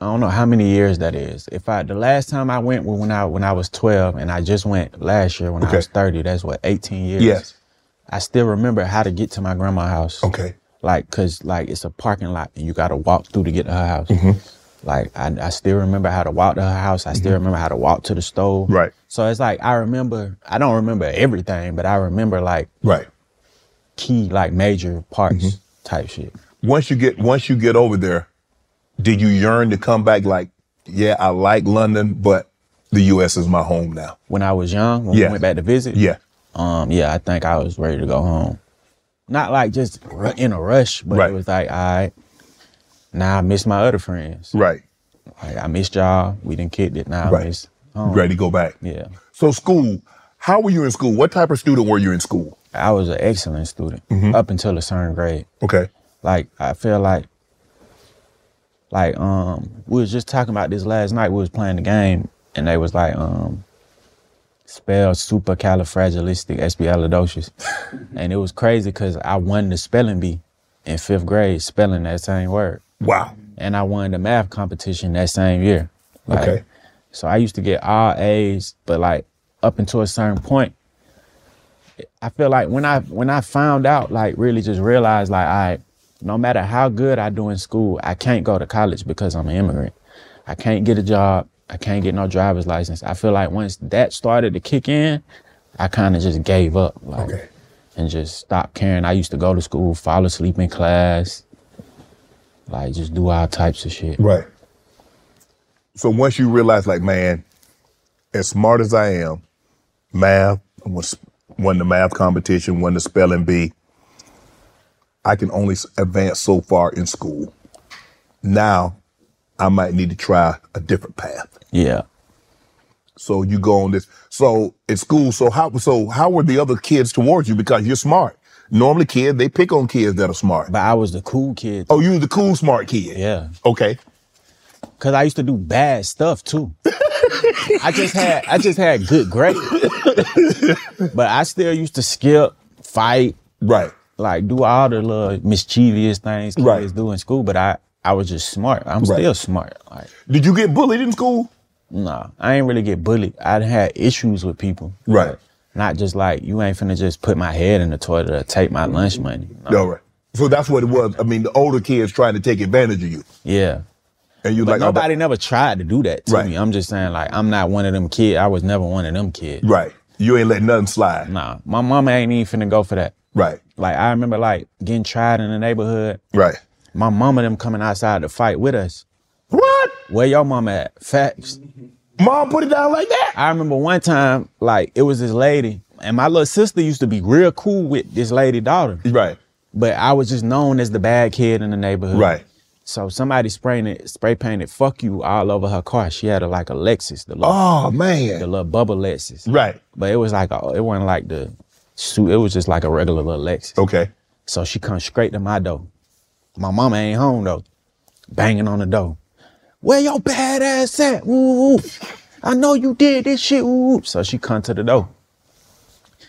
C: I don't know how many years that is. If I the last time I went was when I when I was twelve, and I just went last year when I was thirty. That's what eighteen years.
B: Yes.
C: I still remember how to get to my grandma's house.
B: Okay.
C: Like, cause like it's a parking lot and you gotta walk through to get to her house.
B: Mm-hmm.
C: Like I, I still remember how to walk to her house. I still remember how to walk to the store. Right. So it's like I remember I don't remember everything, but I remember like
B: right
C: key like major parts
B: Mm-hmm.
C: type shit.
B: Once you get once you get over there, did you yearn to come back? Like, yeah, I like London, but the U.S. is my home now.
C: When I was young, when
B: Yeah.
C: we went back to visit.
B: Yeah.
C: Um, yeah, I think I was ready to go home. Not like just ru- in a rush, but it was like, all right, now I miss my other friends.
B: Right.
C: Like I missed y'all. We didn't kick it. Now
B: Right.
C: I miss home.
B: Ready to go back.
C: Yeah.
B: So school, how were you in school? What type of student were you in school?
C: I was an excellent student up until a certain grade.
B: Okay.
C: Like I feel like like um we was just talking about this last night. We was playing the game and they was like um spell supercalifragilisticexpialidocious. and it was crazy because I won the spelling bee in fifth grade spelling that same word.
B: Wow.
C: And I won the math competition that same year. Like,
B: Okay.
C: So I used to get all A's, but like up until a certain point, I feel like when I when I found out, like really just realized like I no matter how good I do in school, I can't go to college because I'm an immigrant. I can't get a job. I can't get no driver's license. I feel like once that started to kick in, I kind of just gave up, like, and just stopped caring. I used to go to school, fall asleep in class, like just do all types of shit.
B: Right. So once you realize, like, man, as smart as I am, math I was won the math competition, won the spelling bee. I can only s- advance so far in school. Now, I might need to try a different path.
C: Yeah.
B: So you go on this. So at school, so how so how were the other kids towards you? Because you're smart. Normally, kids they pick on kids that are smart.
C: But I was the cool kid.
B: Oh, you was the cool smart kid.
C: Yeah.
B: Okay.
C: Cause I used to do bad stuff too. I just had I just had good grades. but I still used to skip, fight,
B: right,
C: like do all the little mischievous things kids do in school. But I I was just smart. I'm
B: Right.
C: still smart. Like,
B: did you get bullied in school?
C: Nah, I ain't really get bullied. I done had issues with people.
B: Right.
C: Like, Not just like you ain't finna just put my head in the toilet or take my lunch money. No.
B: All right. So that's what it was. I mean, the older kids trying to take advantage of you.
C: Yeah.
B: And you
C: but
B: like, oh,
C: nobody never tried to do that to
B: Right.
C: me. I'm just saying like I'm not one of them kids. I was never one of them kids.
B: Right. You ain't letting nothing slide.
C: Nah. My mama ain't even finna go for that.
B: Right.
C: Like I remember like getting tried in the neighborhood.
B: Right.
C: My mama them coming outside to fight with us.
B: What?
C: Where your mama at? Facts.
B: Mom put it down like that.
C: I remember one time, like it was this lady, and my little sister used to be real cool with this lady daughter.
B: Right.
C: But I was just known as the bad kid in the neighborhood.
B: Right.
C: So somebody spraying it, spray painted "fuck you" all over her car. She had a, like a Lexus, the little,
B: Oh, man.
C: the little bubble Lexus.
B: Right.
C: But it was like a, it wasn't like the suit. It was just like a regular little Lexus.
B: Okay.
C: So she come straight to my door. My mama ain't home though. Banging on the door. Where your bad ass at? Ooh, ooh. I know you did this shit. Ooh. ooh." So she come to the door.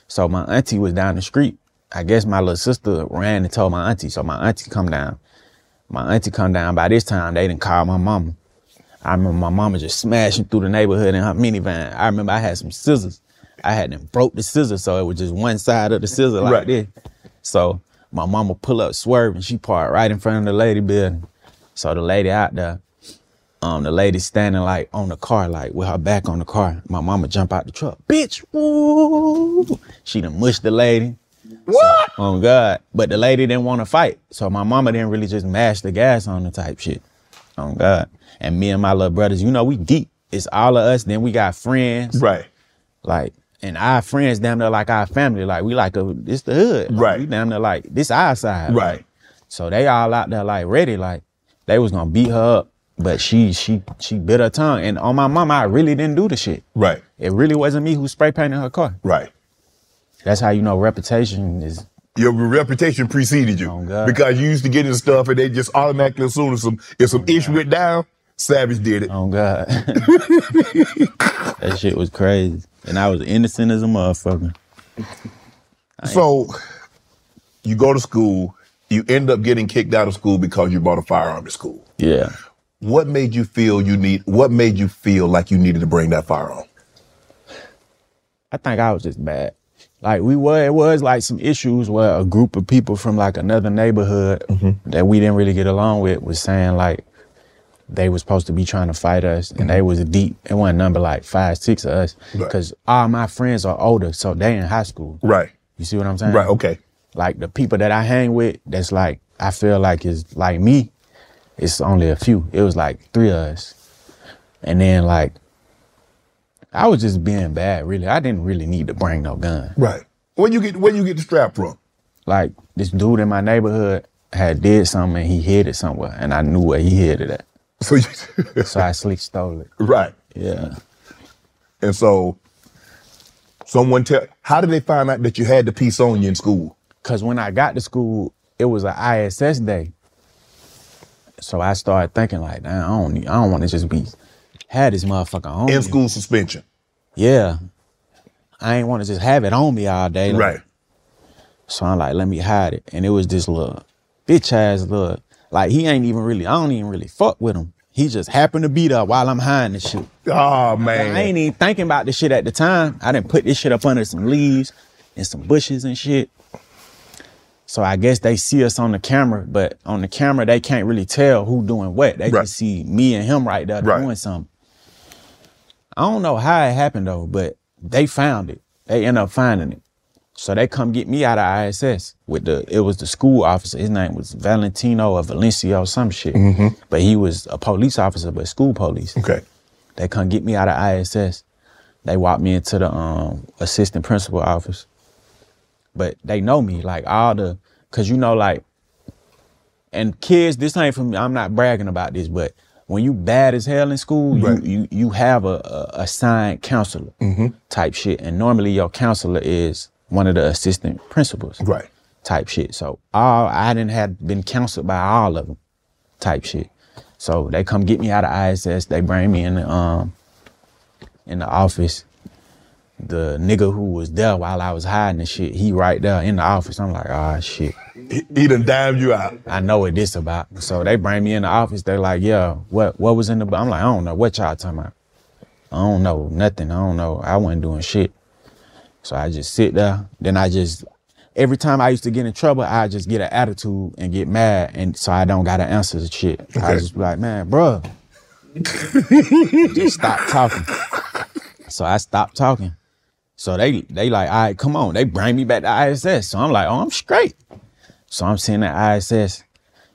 C: So my auntie was down the street. I guess my little sister ran and told my auntie. So my auntie come down. My auntie come down. By this time, they didn't call my mama. I remember my mama just smashing through the neighborhood in her minivan. I remember I had some scissors. I had them broke the scissors, so it was just one side of the scissor like
B: Right.
C: this. So my mama pull up, swerve, and she parked right in front of the lady building. So the lady out there, um, the lady standing like on the car, like with her back on the car. My mama jump out the truck. Bitch, woo! She done mushed the lady. What? oh God. But the lady didn't want to fight. So my mama didn't really just mash the gas on the type shit. Oh God. And me and my little brothers, you know, we deep. It's all of us. Then we got friends.
B: Right.
C: Like, and our friends damn near like our family. Like we like a this the hood. right. We damn near like this our side. Right. so they all out there like ready, like they was gonna beat her up. But she she she bit her tongue. And on my mama, I really didn't do the shit.
B: Right.
C: It really wasn't me who spray painted her car.
B: Right.
C: That's how you know reputation is
B: Your reputation preceded you because you used to get into stuff and they just automatically assume if some if some ish went down, Savage did it.
C: Oh God, that shit was crazy. And I was innocent as a motherfucker.
B: So you go to school, you end up getting kicked out of school because you bought a firearm to school.
C: Yeah.
B: What made you feel you need what made you feel like you needed to bring that firearm?
C: I think I was just bad. Like we were, it was like some issues where a group of people from like another neighborhood that we didn't really get along with was saying like they was supposed to be trying to fight us, and they was deep. It wasn't number like five, six of us, because all my friends are older, so they in high school.
B: Right.
C: You see what I'm saying?
B: Right, okay.
C: Like the people that I hang with, that's like I feel like is like me. It's only a few. It was like three of us, and then like I was just being bad, really. I didn't really need to bring no gun.
B: Right. Where you get where you get the strap from?
C: Like this dude in my neighborhood had did something and he hid it somewhere, and I knew where he hid it at.
B: So,
C: so I sleep stole it.
B: Right.
C: Yeah.
B: And so someone tell how did they find out that you had the piece on you in school?
C: Cause when I got to school, it was an ISS day. So I started thinking like, damn, I don't, need, I don't want to just be had this motherfucker on in school
B: suspension.
C: Yeah, I ain't want to just have it on me all day. like-
B: Right.
C: So I'm like, let me hide it, and it was this little bitch ass little like he ain't even really. I don't even really fuck with him. He just happened to be there while I'm hiding the shit.
B: Oh man.
C: I ain't even thinking about this shit at the time. I didn't put this shit up under some leaves and some bushes and shit. So I guess they see us on the camera, but on the camera they can't really tell who doing what. They just see me and him right there doing something. I don't know how it happened though, but they found it. They end up finding it. So they come get me out of ISS with the it was the school officer. His name was Valentino or Valencio or some shit.
G: Mhm.
C: But he was a police officer, but school police.
B: Okay.
C: They come get me out of ISS. They walk me into the um, assistant principal office. But they know me, like all the, cause you know, like, and kids, this ain't for me. I'm not bragging about this, but when you bad as hell in school, you, you you have a, a assigned counselor type shit, and normally your counselor is one of the assistant principals,
B: right?
C: Type shit. So all I didn't have been counseled by all of them, type shit. So they come get me out of ISS. They bring me in the um in the office. The nigga who was there while I was hiding the shit, he right there in the office. I'm like, ah, shit.
B: He, done dimed you out.
C: I know what this about. So they bring me in the office. They like, yeah, what what was in the? bo-" I'm like, I don't know what y'all talking about. I don't know nothing. I don't know. I wasn't doing shit. So I just sit there. Then I just every time I used to get in trouble, I just get an attitude and get mad, and so I don't gotta answer the shit. I
G: Okay.
C: just be like, man, bruh, just stop talking. So I stopped talking. So they they like, all right, come on. They bring me back to ISS. So I'm like, oh, I'm straight. So I'm sitting at ISS.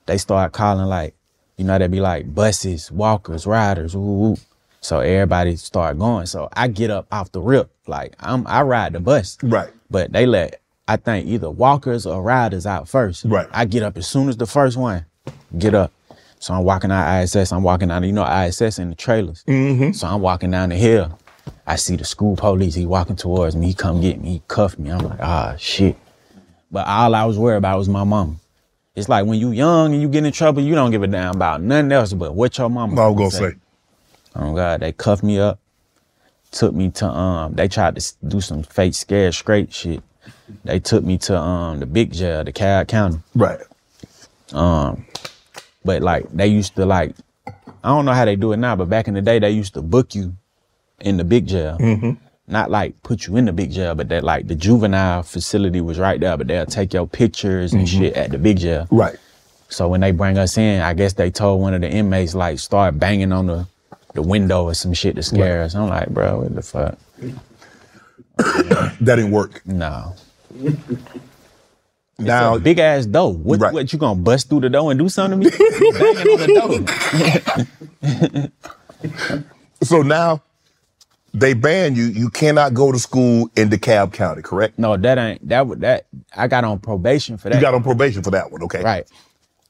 C: They start calling like, you know, they be like buses, walkers, riders, woo, woo. So everybody start going. So I get up off the rip. Like I'm I ride the bus.
B: Right.
C: But they let I think either walkers or riders out first. Right. I get up as soon as the first one. Get up. So I'm walking out ISS. I'm walking out, you know, ISS in the trailers. Mm-hmm. So I'm walking down the hill. I see the school police. He walking towards me. He come get me. He cuffed me. I'm like, ah, shit. But all I was worried about was my mama. It's like when you young and you get in trouble, you don't give a damn about nothing else but what your mama.
B: I was gonna say.
C: Oh God, they cuffed me up, took me to um. They tried to s- do some fake scared straight shit. They took me to um the big jail, the Cal County.
B: Right.
C: Um, but like they used to like, I don't know how they do it now, but back in the day they used to book you in the big jail.
B: Mhm.
C: Not like put you in the big jail, but that like the juvenile facility was right there, but they'll take your pictures and
B: Mhm.
C: shit at the big jail.
B: Right.
C: So when they bring us in, I guess they told one of the inmates like start banging on the the window or some shit to scare us. I'm like, bro, what the fuck?
B: that didn't work.
C: No.
B: Now
C: big ass door. What, what you gonna bust through the door and do something to me? You banging on the door.
B: So now they ban you. You cannot go to school in DeKalb County, correct?
C: No, that ain't that. would That I got on probation for that.
B: You got on probation for that one, okay?
C: Right.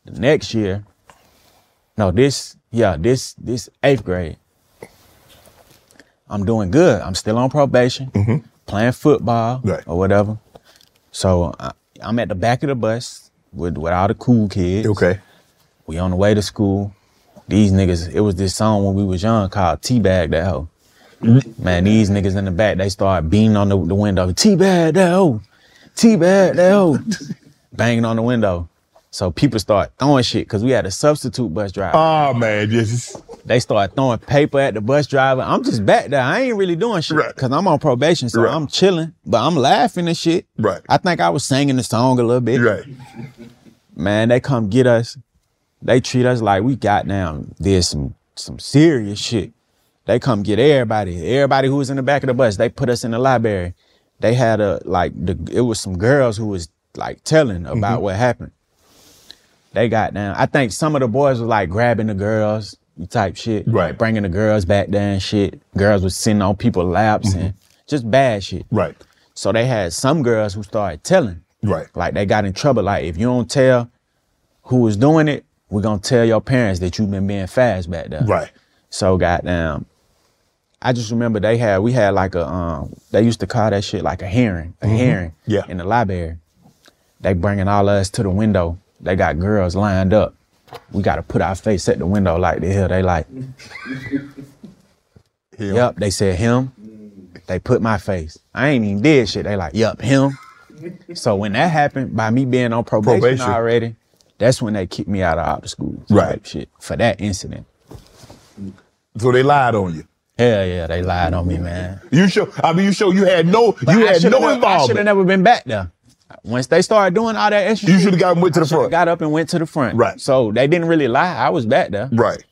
C: The next year, no, this yeah, this this eighth grade. I'm doing good. I'm still on probation,
B: Mm-hmm.
C: playing football or whatever. So I, I'm at the back of the bus with with all the cool kids.
B: Okay.
C: We on the way to school. These niggas, it was this song when we was young called Teabag That Hoe. Man, these niggas in the back, they started beating on the, the window. Teabag That Hoe. Teabag That Hoe. Banging on the window. So people start throwing shit because we had a substitute bus driver.
B: Oh man, just
C: they start throwing paper at the bus driver. I'm just back there. I ain't really doing shit because I'm on probation, so I'm chilling, but I'm laughing and shit.
B: Right.
C: I think I was singing the song a little bit.
B: Right.
C: Man, they come get us. They treat us like we goddamn did some some serious shit. They come get everybody. Everybody who was in the back of the bus. They put us in the library. They had a like the it was some girls who was like telling about
G: Mhm.
C: what happened. They got down. I think some of the boys was like grabbing the girls type shit. Right. bringing the girls back there and shit. Girls was sitting on people's laps and just bad shit.
B: Right.
C: So they had some girls who started telling.
B: Right.
C: Like they got in trouble. Like if you don't tell who was doing it, we're gonna tell your parents that you've been being fast back there.
B: Right.
C: So goddamn. I just remember they had we had like a um they used to call that shit like a hearing, a
G: Mhm.
C: hearing Mm-hmm. yeah. in the library. They bringing all of us to the window. They got girls lined up. We gotta put our face at the window like the hell they like. Yep, they said him. They put my face. I ain't even did shit. They like, yep, him. So when that happened, by me being on probation,
B: Probation.
C: already, that's when they kicked me out of out of school. Right. Shit for that incident.
B: So they lied on you.
C: Hell yeah, they lied on me, man.
B: You show. I mean, you show you had no. you
C: I
B: had
C: shoulda
B: no
C: never- I
B: involvement.
C: shoulda never been back there. Once they started doing all that extra,
B: you should have gotten went to the front.
C: Got up and went to the front. Right. So they didn't really lie. I was back there.
B: Right.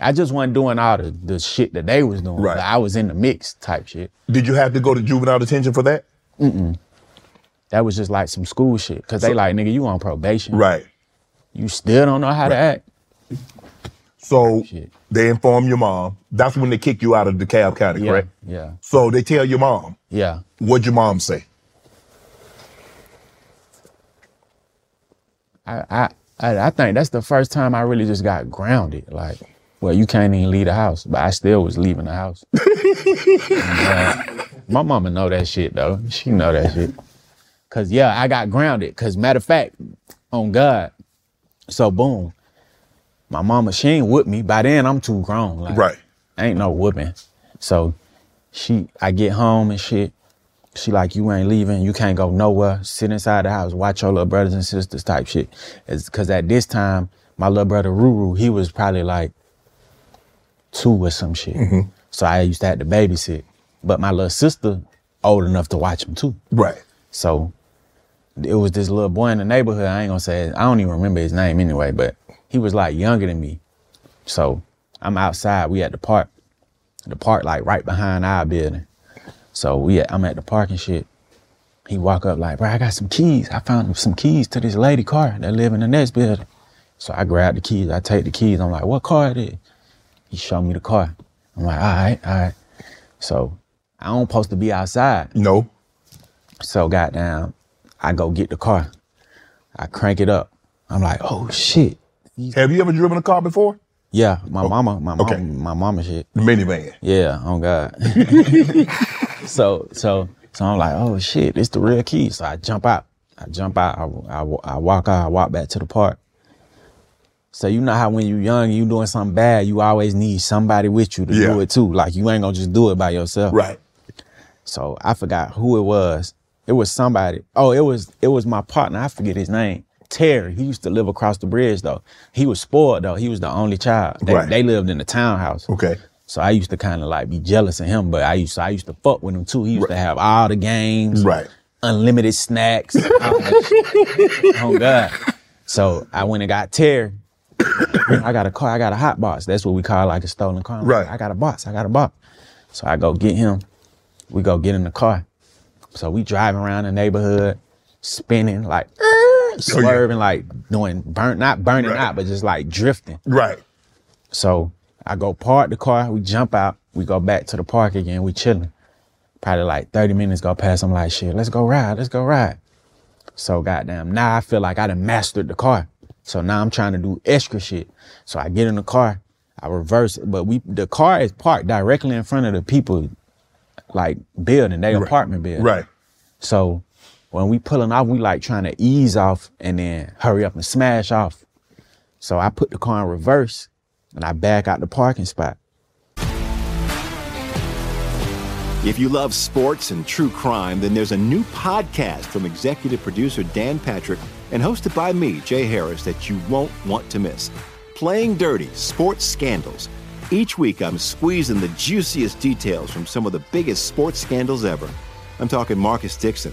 C: I just wasn't doing all the, the shit that they was doing. Right. I was in the mix type shit.
B: Did you have to go to juvenile detention for that?
C: Mm-mm. That was just like some school shit. Cause they
B: So-
C: like, nigga, you on probation.
B: Right.
C: You still don't know how to act.
B: So they inform your mom. That's when they kick you out of DeKalb County, correct?
C: Yeah.
B: So they tell your mom.
C: Yeah.
B: What'd your mom say?
C: I, I I I think that's the first time I really just got grounded. Like, well, you can't even leave the house, but I still was leaving the house. And, uh, my mama know that shit though. She know that shit. Cause yeah, I got grounded. Cause matter of fact, on God, so boom, my mama she ain't with me. By then I'm too grown. Like, right. Ain't no whooping. So she, I get home and shit. She like, you ain't leaving. You can't go nowhere. Sit inside the house. Watch your little brothers and sisters type shit. It's Cause at this time, my little brother Ruru, he was probably like two or some shit.
B: Mhm.
C: So I used to have to babysit. But my little sister, old enough to watch him too.
B: Right.
C: So it was this little boy in the neighborhood. I ain't gonna say. I don't even remember his name anyway. But he was like younger than me. So I'm outside. We at the park. The park like right behind our building. So we at, I'm at the park and shit. He walk up like, bro, I got some keys. I found some keys to this lady car that live in the next building. So I grab the keys. I take the keys. I'm like, what car it is? He showed me the car. I'm like, all right, all right. So I don't supposed to be outside.
B: No.
C: So goddamn, I go get the car. I crank it up. I'm like, oh shit.
B: Have you ever driven a car before?
C: Yeah, my mama, my mama, my mama shit.
B: Minivan.
C: Yeah, oh God. so so so I'm like, oh shit, it's the real key. So I jump out. I jump out. I, I, I walk out. I walk back to the park. So you know how when you young, you doing something bad, you always need somebody with you to do it too. Like you ain't gonna just do it by yourself. Right. So I forgot who it was. It was somebody. Oh, it was it was my partner. I forget his name. Terry. He used to live across the bridge though. He was spoiled though. He was the only child. They,
B: Right.
C: they lived in the townhouse. Okay. So I used to kind of like be jealous of him, but I used I used to fuck with him too. He used to have all the games. Right. Unlimited snacks. oh God. So I went and got Terry. I got a car. I got a hot box. That's what we call like a stolen car. Right. I got a box. I got a box. So I go get him. We go get in the car. So we driving around the neighborhood, spinning like Oh, swerving, like doing burn not burning out, but just like drifting. Right. So I go park the car. We jump out. We go back to the park again. We chilling. Probably like thirty minutes go past. I'm like, shit, let's go ride. Let's go ride. So goddamn, now I feel like I done mastered the car. So now I'm trying to do extra shit. So I get in the car, I reverse it, but we the car is parked directly in front of the people, like building, their apartment building. Right. So when we pulling off, we like trying to ease off and then hurry up and smash off. So I put the car in reverse and I back out the parking spot.
H: If you love sports and true crime, then there's a new podcast from executive producer Dan Patrick and hosted by me, Jay Harris, that you won't want to miss. Playing Dirty Sports Scandals. Each week, I'm squeezing the juiciest details from some of the biggest sports scandals ever. I'm talking Marcus Dixon,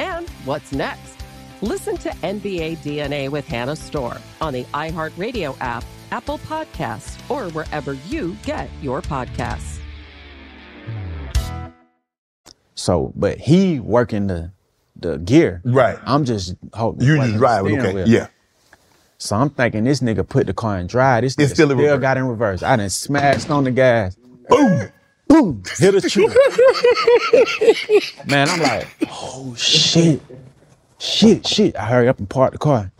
A: And what's next? Listen to NBA DNA with Hannah Storr on the iHeartRadio app, Apple Podcasts, or wherever you get your podcasts.
C: So, but he working the the gear. Right. I'm just holding.
B: You
C: working
B: just
C: the
B: drive it,
C: steering
B: okay,
C: wheel.
B: yeah.
C: So I'm thinking this nigga put the car in drive. This nigga
B: It's still
C: still,
B: in reverse.
C: got in reverse. I done smashed on the gas. Boom, boom, hit a tree. Man, I'm like, oh shit, shit, shit. I hurry up and park the car.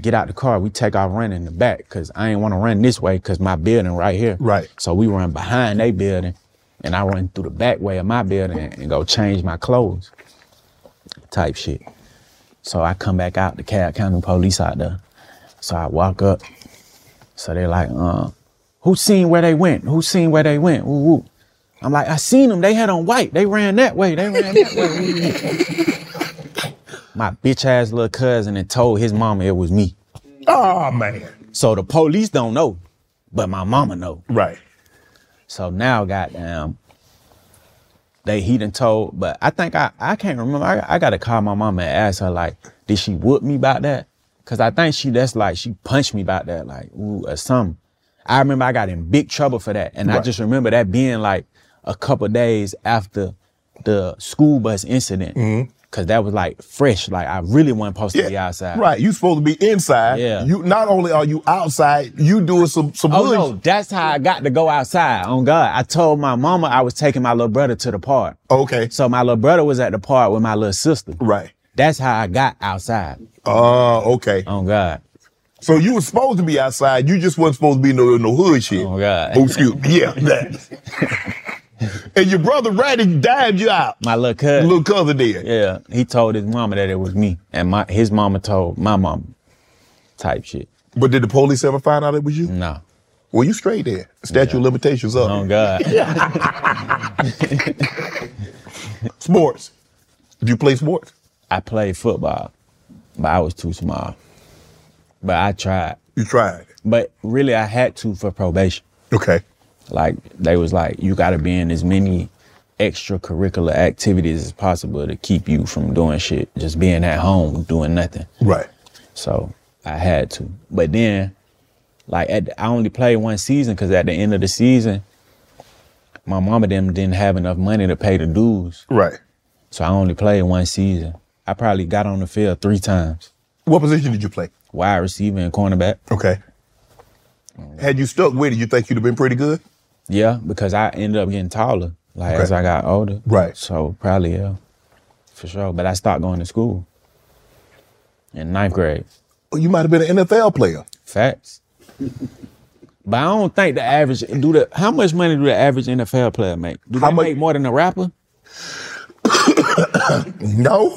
C: Get out the car. We take off running in the back because I ain't want to run this way because my building right here. Right. So we run behind they building, and I run through the back way of my building and go change my clothes type shit. So I come back out, the Cab County police out there. So I walk up. So they're like, uh, who seen where they went? Who seen where they went? Woo woo. I'm like, I seen them. They had on white. They ran that way. They ran that way. My bitch ass little cousin and told his mama it was me.
B: Ah,
C: Oh man. So the police don't know, but my mama know. Right. So now goddamn they he done told, but I think I I can't remember. I, I gotta call my mama and ask her like, did she whoop me about that? Cause I think she that's like she punched me about that, like, ooh, or something. I remember I got in big trouble for that. And I
G: Right.
C: just remember that being like a couple days after the school bus incident. Cause that was like fresh. Like I really wasn't supposed to be outside.
B: Right. You supposed to be inside.
C: Yeah.
B: You not only are you outside, you doing some some
C: Oh
B: bullshit.
C: no, that's how I got to go outside. On God, I told my mama I was taking my little brother to the park.
B: Okay.
C: So my little brother was at the park with my little sister.
B: Right.
C: That's how I got outside.
B: Oh, okay.
C: On God.
B: So you were supposed to be outside. You just wasn't supposed to be no no hood shit. Oh
C: God.
B: Oh, excuse me. Yeah. That. and your brother Ratty dived you out.
C: My little cousin.
B: Little cousin did.
C: Yeah. He told his mama that it was me, and my his mama told my mama. Type shit.
B: But did the police ever find out it was you?
C: No.
B: Well, you straight there. Statute of limitations up.
C: Oh God.
B: sports. Did you play sports?
C: I played football, but I was too small. But I tried.
B: You tried.
C: But really, I had to for probation.
B: Okay.
C: Like they was like, you got to be in as many extracurricular activities as possible to keep you from doing shit, just being at home doing nothing.
B: Right.
C: So I had to. But then, like, at, I only played one season because at the end of the season, my mama them didn't have enough money to pay the dues.
B: Right.
C: So I only played one season. I probably got on the field three times.
B: What position did you play?
C: Wide receiver and cornerback.
B: Okay.
C: Oh.
B: Had you stuck with it, you think you'd have been pretty good?
C: Yeah, because I ended up getting taller, like
B: Okay.
C: as I got older.
B: Right.
C: So probably yeah, for sure. But I stopped going to school in ninth grade.
B: Oh, You might have been an NFL player.
C: Facts. but I don't think the average do the how much money do the average NFL player make? Do they make more than a rapper?
B: no.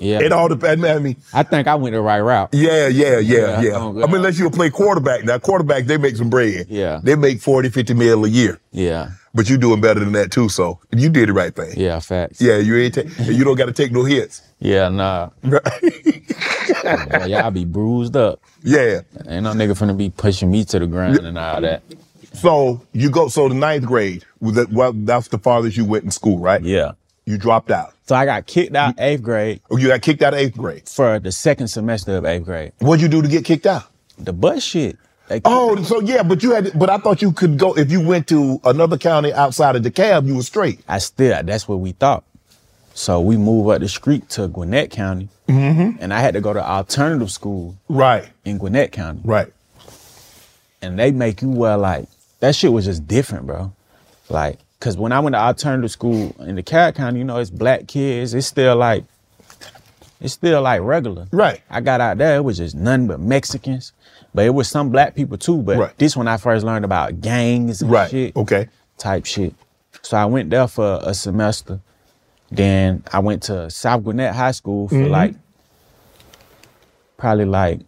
C: Yeah.
B: It all depends. I mean,
C: I think I went the right route.
B: Yeah, yeah, yeah,
C: Yeah,
B: yeah.
C: oh,
B: I mean, unless you play quarterback. Now, quarterback, they make some bread.
C: Yeah.
B: They make 40, 50 mil a year.
C: Yeah.
B: But you're doing better than that, too. So you did the right thing.
C: Yeah, facts.
B: Yeah, you ain't ta- you don't got to take no hits.
C: Yeah, nah. Boy, y'all be bruised up.
B: Yeah.
C: Ain't no nigga finna be pushing me to the ground and all that.
B: So you go, so the ninth grade, was that, well, that's the farthest you went in school, right?
C: Yeah.
B: You dropped out.
C: So I got kicked out eighth grade.
B: Oh, you got kicked out of eighth grade?
C: For the second semester of eighth grade.
B: What'd you do to get kicked out?
C: The bus shit.
B: Oh, so yeah, but you had, but I thought you could go, if you went to another county outside of DeKalb, you were straight.
C: I still, that's what we thought. So we move up the street to Gwinnett County,
B: Mm-hmm.
C: and I had to go to alternative school.
B: Right.
C: In Gwinnett County.
B: Right.
C: And they make you well like that shit was just different, bro. Like, cause when I went to alternative school in the Carroll County, you know, it's black kids. It's still like, it's still like regular. Right. I got out there, it was just nothing but Mexicans. But it was some black people too. But this when I first learned about gangs and
B: Right.
C: shit.
B: Okay.
C: Type shit. So I went there for a semester. Then I went to South Gwinnett High School for
B: Mm-hmm.
G: Mhm.
C: like probably like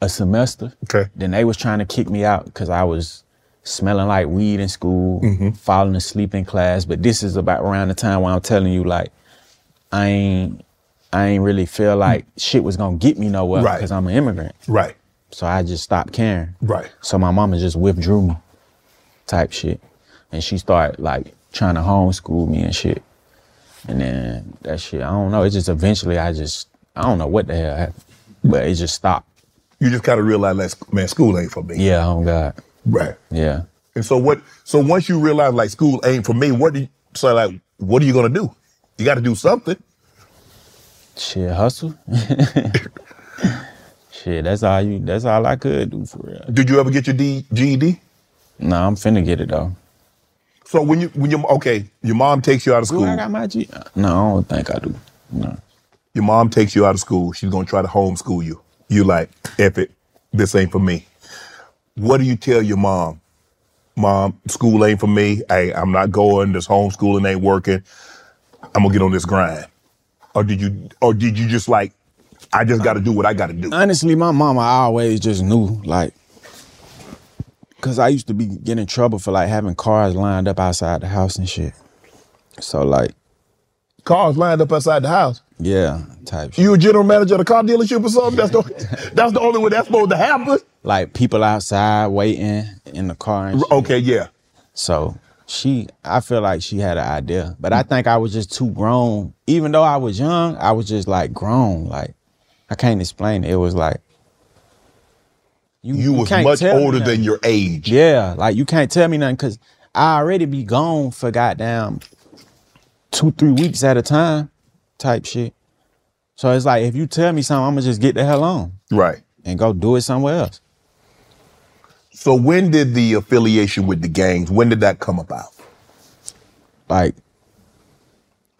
C: a semester. Okay. Then they was trying to kick me out because I was smelling like weed in school,
B: Mm-hmm.
C: falling asleep in class. But this is about around the time where I'm telling you like I ain't I ain't really feel like shit was gonna get me nowhere
B: Mm-hmm. Right.
C: because I'm an immigrant.
B: Right.
C: So I just stopped caring.
B: Right.
C: So my mama just withdrew me, type shit, and she started like trying to homeschool me and shit. And then that shit, I don't know. It just eventually, I just I don't know what the hell happened, but it just stopped.
B: You just kind of realize, like, man, school ain't for me.
C: Yeah. Oh God.
B: Right.
C: Yeah.
B: And so what? So once you realize like school ain't for me, what do you, so like what are you gonna do? You got to do something.
C: Shit, hustle. shit, that's all you. That's all I could do for real.
B: Did you ever get your D, GED?
C: No, I'm finna get it though.
B: So when you when you okay, your mom takes you out of
C: Ooh,
B: school.
C: I got my G. No, I don't think I do. No.
B: Your mom takes you out of school. She's gonna try to homeschool you. You like, F it, this ain't for me. What do you tell your mom? Mom, school ain't for me. Hey, I'm not going. This homeschooling ain't working. I'm gonna get on this grind. Or did you? Or did you just like? I just got to do what I got to do.
C: Honestly, my mama always just knew, like, because I used to be getting in trouble for, like, having cars lined up outside the house and shit. So, like,
B: Cars lined up outside the house.
C: yeah, type shit.
B: You a general manager of the car dealership or something? That's the that's the only way that's supposed to happen.
C: Like, people outside waiting in the car and shit.
B: Okay, yeah.
C: So, she, I feel like she had an idea, but I think I was just too grown. Even though I was young, I was just, like, grown. Like, I can't explain it. It was like
B: You, was
C: can't
B: much
C: tell me
B: older
C: nothing.
B: than your age.
C: Yeah, like you can't tell me nothing because I already be gone for goddamn two, three weeks at a time, type shit. So it's like if you tell me something, I'ma just get the hell on
B: Right.
C: and go do it somewhere else.
B: So when did the affiliation with the gangs, when did that come about?
C: Like,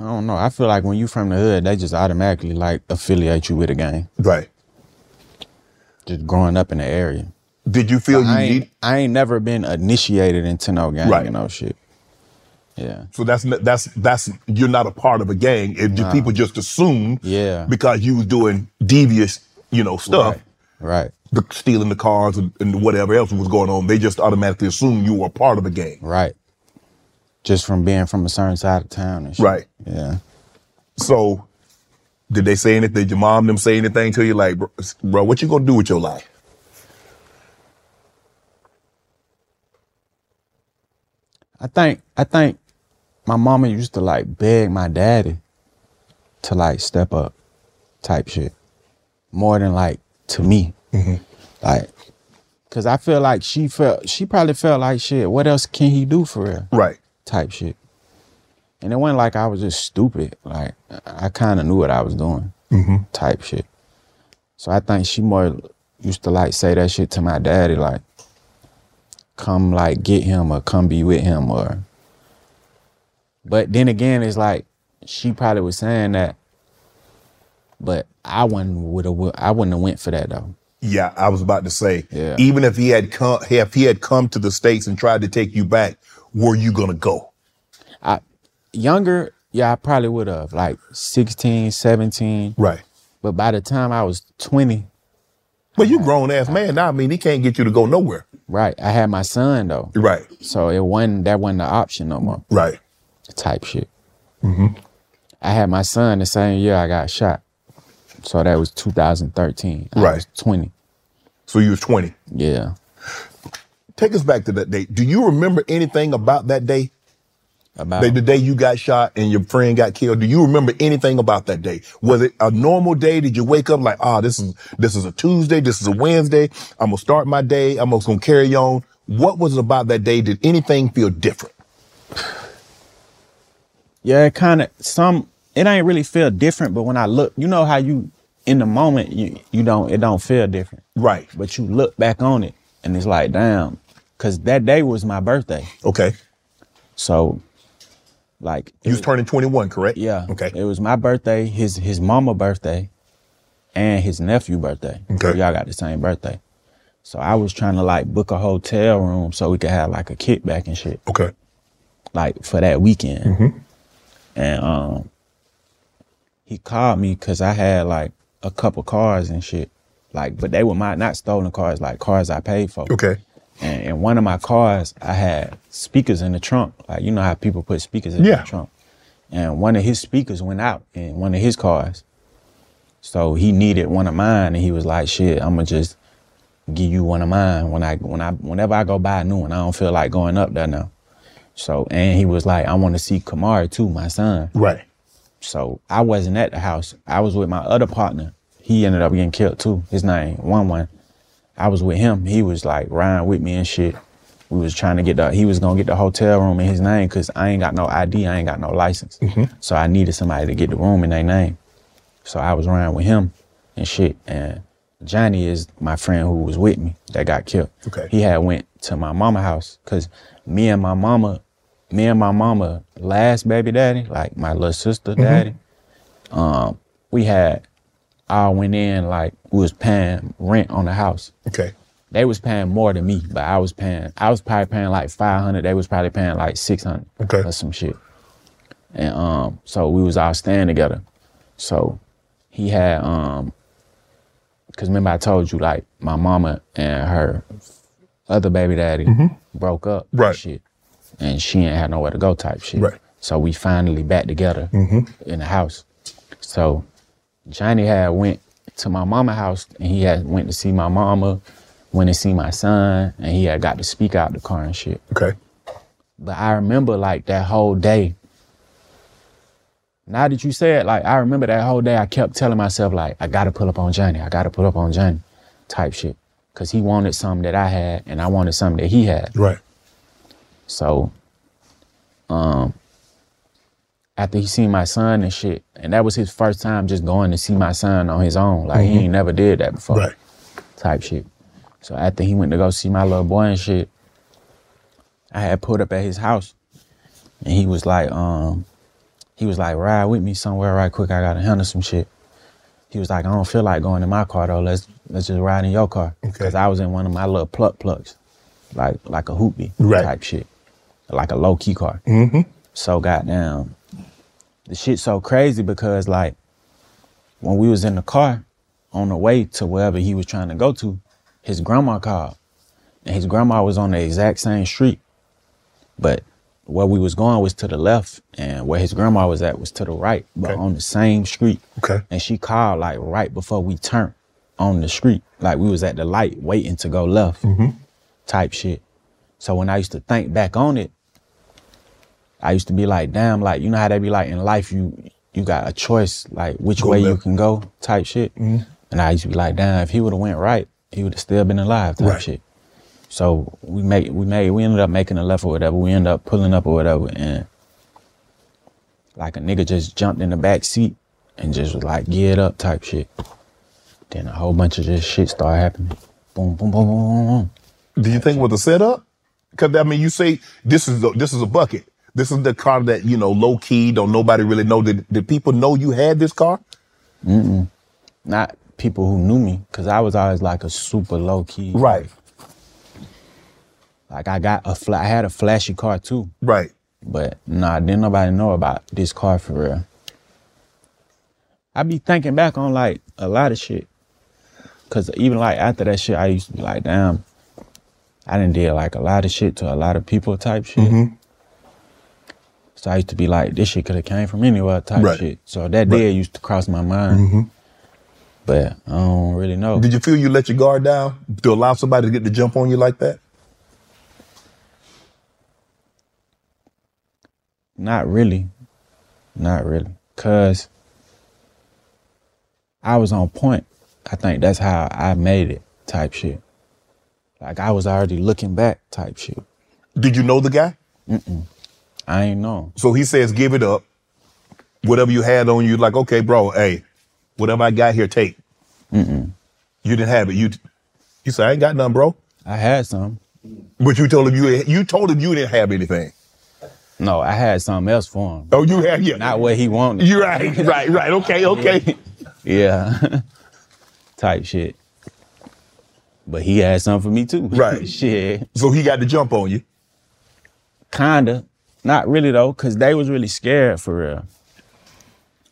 C: I don't know. I feel like when you from the hood, they just automatically like affiliate you with a gang.
B: Right.
C: Just growing up in the area.
B: Did you feel you
C: I ain't,
B: need
C: I ain't never been initiated into no gang
B: Right.
C: and no shit. Yeah.
B: so that's n- that's that's you're not a part of a gang. If ju-
C: Nah.
B: people just assume
C: Yeah.
B: because you was doing devious, you know, stuff,
C: Right.
B: the stealing the cars and, and whatever else was going on, they just automatically assume you were a part of a gang.
C: Right. Just from being from a certain side of town and shit.
B: Right.
C: Yeah.
B: So did they say anything? Did your mom and them say anything to you like, bro, bro, what you gonna do with your life?
C: I think I think my mama used to like beg my daddy to like step up type shit. More than like to me. Like cause I feel like she felt she probably felt like shit, what else can he do for real?
B: Right.
C: Type shit. And it wasn't like I was just stupid. Like I kinda knew what I was doing. Type shit. So I think she more used to like say that shit to my daddy, like, come like get him or come be with him or but then again it's like she probably was saying that but i wouldn't would have i wouldn't have went for that though
B: Yeah, I was about to say.
C: Yeah.
B: Even if he had come, if he had come to the states and tried to take you back, were you gonna go?
C: younger yeah i probably would have like 16 17
B: Right.
C: but by the time i was 20
B: Well, you grown ass man now. I mean, he can't get you to go nowhere.
C: right i had my son though
B: Right.
C: so it wasn't that wasn't the option no more
B: Right.
C: type shit i had my son the same year i got shot so that was 2013 I
B: Right.
C: was 20
B: So you was twenty.
C: yeah
B: Take us back to that day. Do you remember anything about that day?
C: about
B: The, the day you got shot and your friend got killed. Do you remember anything about that day? Was it a normal day? Did you wake up like, ah, this is this is a Tuesday, this is a Wednesday. I'm gonna start my day. I'm just gonna carry on. What was it about that day? Did anything feel different?
C: Yeah, it kind of some. It ain't really feel different, but when I look, you know how you in the moment you you don't it don't feel different,
B: Right.
C: but you look back on it and it's like damn, cause that day was my birthday,
B: Okay.
C: so like it
B: You was turning 21, correct?
C: yeah,
B: Okay.
C: it was my birthday, his his mama birthday, and his nephew birthday.
B: Okay.
C: y'all got the same birthday, so I was trying to like book a hotel room so we could have like a kickback and shit
B: Okay.
C: like for that weekend.
B: Mm-hmm.
C: And um he called me cuz I had like a couple cars and shit. Like but they were my not stolen cars, like cars I paid for.
B: Okay.
C: And in one of my cars I had speakers in the trunk. Like you know how people put speakers in
B: Yeah.
C: the trunk. And one of his speakers went out in one of his cars. So he needed one of mine and he was like, "Shit, I'm gonna just give you one of mine when I when I whenever I go buy a new one. I don't feel like going up there now." So and he was like, I want to see Kamari too, my son.
B: Right.
C: So I wasn't at the house. I was with my other partner. He ended up getting killed too. His name One One. I was with him. He was like riding with me and shit. We was trying to get the. He was gonna get the hotel room in his name because I ain't got no ID. I ain't got no license. So I needed somebody to get the room in their name. So I was riding with him and shit. And Johnny is my friend who was with me that got killed.
B: Okay.
C: He had went to my mama house because me and my mama, me and my mama last baby daddy, like my little sister daddy, um, we had I went in like we was paying rent on the house.
B: Okay.
C: They was paying more than me, but I was paying. I was probably paying like five hundred. They was probably paying like six hundred
B: Okay.
C: or some shit. And um, so we was all staying together. So he had um, cause remember I told you like my mama and her other baby daddy broke up.
B: Mm-hmm.
C: and
B: Right.
C: shit, and she ain't had nowhere to go type shit.
B: Right.
C: So we finally back together in the house. So Johnny had went to my mama house and he had went to see my mama, went to see my son, and he had got to speak out the car and shit.
B: Okay.
C: But I remember like that whole day. Now that you said, like, I remember that whole day I kept telling myself, like, I gotta pull up on Johnny. I gotta pull up on Johnny type shit. Cause he wanted something that I had and I wanted something that he had.
B: Right.
C: So, um, after he seen my son and shit, and that was his first time just going to see my son on his own. Like he
G: Mhm.
C: ain't never did that before. Right. Type shit. So after he went to go see my little boy and shit, I had pulled up at his house. And he was like, um, he was like, ride with me somewhere right quick. I gotta handle some shit. He was like, I don't feel like going in my car though. Let's let's just ride in your car. Cause I was in one of my little pluck plucks. Like like a hoopy type shit. Like a low key car.
B: Mm-hmm.
C: So goddamn, the shit so crazy because like when we was in the car on the way to wherever he was trying to go to, his grandma called, and his grandma was on the exact same street, but where we was going was to the left, and where his grandma was at was to the right, but on the same street.
B: Okay.
C: And she called like right before we turned on the street, like we was at the light waiting to go left,
G: Mm-hmm.
C: type shit. So when I used to think back on it, I used to be like, damn, like you know how they be like in life, you you got a choice, like which
G: Go
C: way you
G: left.
C: can go, type shit. And I used to be like, damn, if he would have went right, he would have still been alive, type shit. So we made we made we ended up making a left or whatever. We ended up pulling up or whatever, and like a nigga just jumped in the back seat and just was like, get up, type shit. Then a whole bunch of just shit started happening. Boom, boom, boom, boom, boom, boom.
B: Do you think with a setup? Because I mean, you say this is a, this is a bucket. This is the car that you know, low key. Don't nobody really know. Did, did people know you had this car?
C: Mm-mm. Not people who knew me, because I was always like a super low key. Right. Like I got a fla- I had a flashy car too.
B: Right.
C: But nah, didn't nobody know about this car for real. I be thinking back on like a lot of shit. Cause even like after that shit, I used to be like, damn, I didn't did like a lot of shit to a lot of people type shit.
B: Mm-hmm.
C: So I used to be like, this shit could have came from anywhere type
B: Right. Mm-hmm.
C: shit. So that day used to cross my mind. But I don't really know.
B: Did you feel you let your guard down to allow somebody to get the jump on you like that?
C: Not really. Not really. Cause I was on point. I think that's how I made it type shit. Like I was already looking back type shit.
B: Did you know the guy?
C: Mm-mm. I ain't know.
B: So he says, give it up. Whatever you had on you, like, okay, bro, hey, whatever I got here, take.
C: Mm-mm.
B: You didn't have it. You, you said, I ain't got none, bro.
C: I had some.
B: But you told him you you told him you didn't have anything.
C: No, I had something else for him.
B: Oh, you had yeah.
C: Not what he wanted.
B: You're right, right, right. Okay, okay.
C: yeah. type shit. But he had something for me too. Right. shit.
B: So he got the jump on you.
C: Kinda. Not really though, cause they was really scared for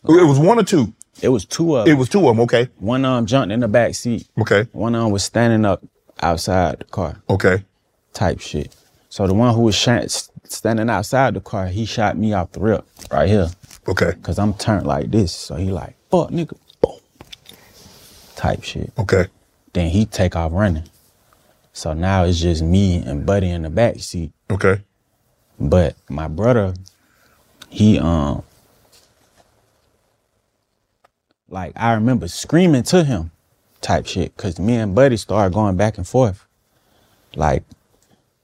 C: real.
B: it was one or two.
C: It was two of
B: It was two of them. Okay.
C: One arm jumped in the back seat.
B: Okay.
C: One arm was standing up outside the car.
B: Okay.
C: Type shit. So the one who was shan- s- standing outside the car, he shot me off the rip right here.
B: Okay.
C: Cause I'm turned like this, so he like fuck nigga, boom. Type shit.
B: Okay.
C: Then he take off running. So now it's just me and Buddy in the back seat.
B: Okay.
C: But my brother, he um like I remember screaming to him type shit. Cause me and Buddy started going back and forth. Like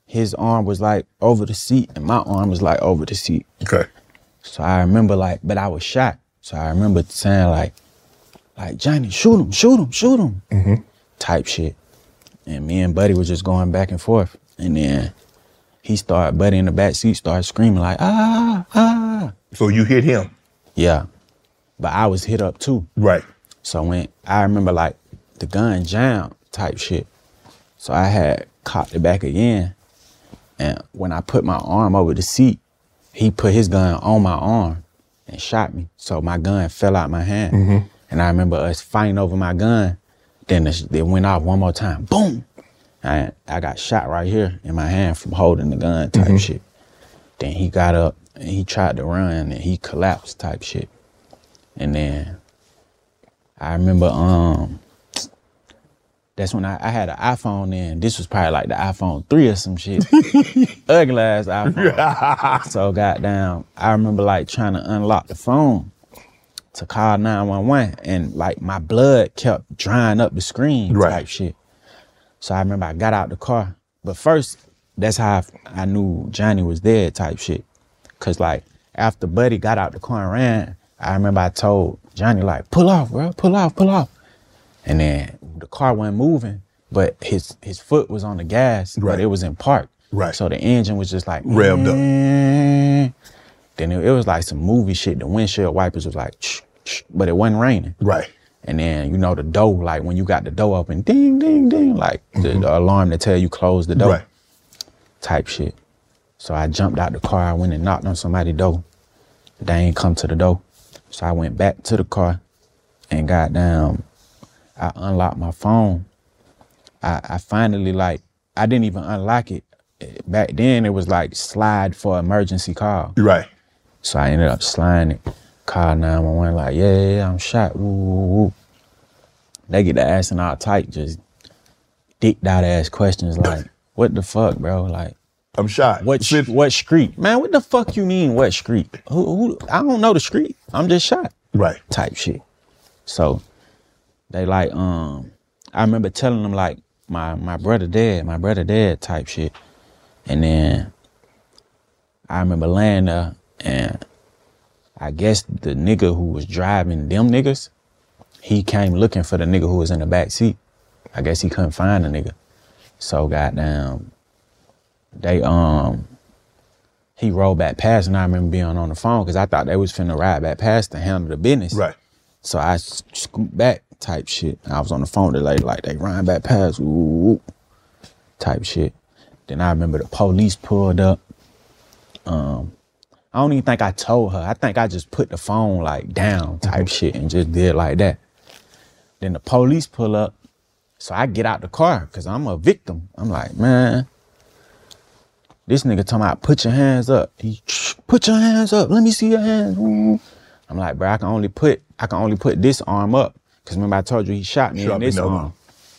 C: his arm was like over the seat and my arm was like over the seat.
B: Okay.
C: So I remember like, but I was shot. So I remember saying like, like Johnny, shoot him, shoot him, shoot him type shit. And me and Buddy was just going back and forth. And then he started, Buddy in the back seat started screaming like, ah, ah.
B: So you hit him?
C: Yeah. But I was hit up too.
B: Right.
C: So when I remember like the gun jammed type shit. So I had cocked it back again. And when I put my arm over the seat, he put his gun on my arm and shot me. So my gun fell out my hand. And I remember us fighting over my gun. Then it, it went off one more time. Boom. I, I got shot right here in my hand from holding the gun type shit. Then he got up and he tried to run and he collapsed type shit. And then I remember um that's when I, I had an iPhone then. This was probably like the iPhone 3 or some shit. Ugly ass iPhone. so goddamn, I remember like trying to unlock the phone to call 911 and like my blood kept drying up the screen
B: Right.
C: type shit. So I remember I got out the car. But first, that's how I, I knew Johnny was dead type shit. Cause like after Buddy got out the car and ran, I remember I told Johnny like, pull off, bro, pull off, pull off. And then the car wasn't moving, but his his foot was on the gas, but it was in park. Right. So the engine was just like
B: Revved up.
C: up. Then it, it was like some movie shit. The windshield wipers was like, "Shh, shh," but it wasn't raining. Right. And then you know the door, like when you got the door open, ding, ding, ding, like the, the alarm to tell you close the door, right. type shit. So I jumped out the car. I went and knocked on somebody's door. They ain't come to the door. So I went back to the car and goddamn, I unlocked my phone. I, I finally like I didn't even unlock it. Eh, Back then it was like slide for emergency call. Right. So I ended up sliding it. Call 911, like, yeah, yeah, yeah, I'm shot. Woo, woo, woo. They get to asking all type, just dicked out ass questions like, what the fuck, bro? Like, I'm shot. What sh- what street? Man, what the fuck you mean what street? Who, who I don't know the street. I'm just shot. Right. Type shit. So they like um I remember telling them like my my brother dead, my brother dead type shit. And then I remember laying there and I guess the nigga who was driving them niggas, he came looking for the nigga who was in the back seat. I guess he couldn't find the nigga. So goddamn they um he rolled back past and I remember being on the phone because I thought they was finna ride back past to handle the business. Right. So I s- scooped back type shit. I was on the phone to like like they run back past ooh, ooh, ooh, type shit. Then I remember the police pulled up. Um I don't even think I told her. I think I just put the phone like down type shit and just did like that. Then the police pull up. So I get out the car because I'm a victim. I'm like, man, this nigga talking about put your hands up. He put your hands up. Let me see your hands. Mm. I'm like, bro, I can only put I can only put this arm up. Cause remember I told you he shot me
B: Shot
C: in
B: me
C: this
B: in the
C: arm.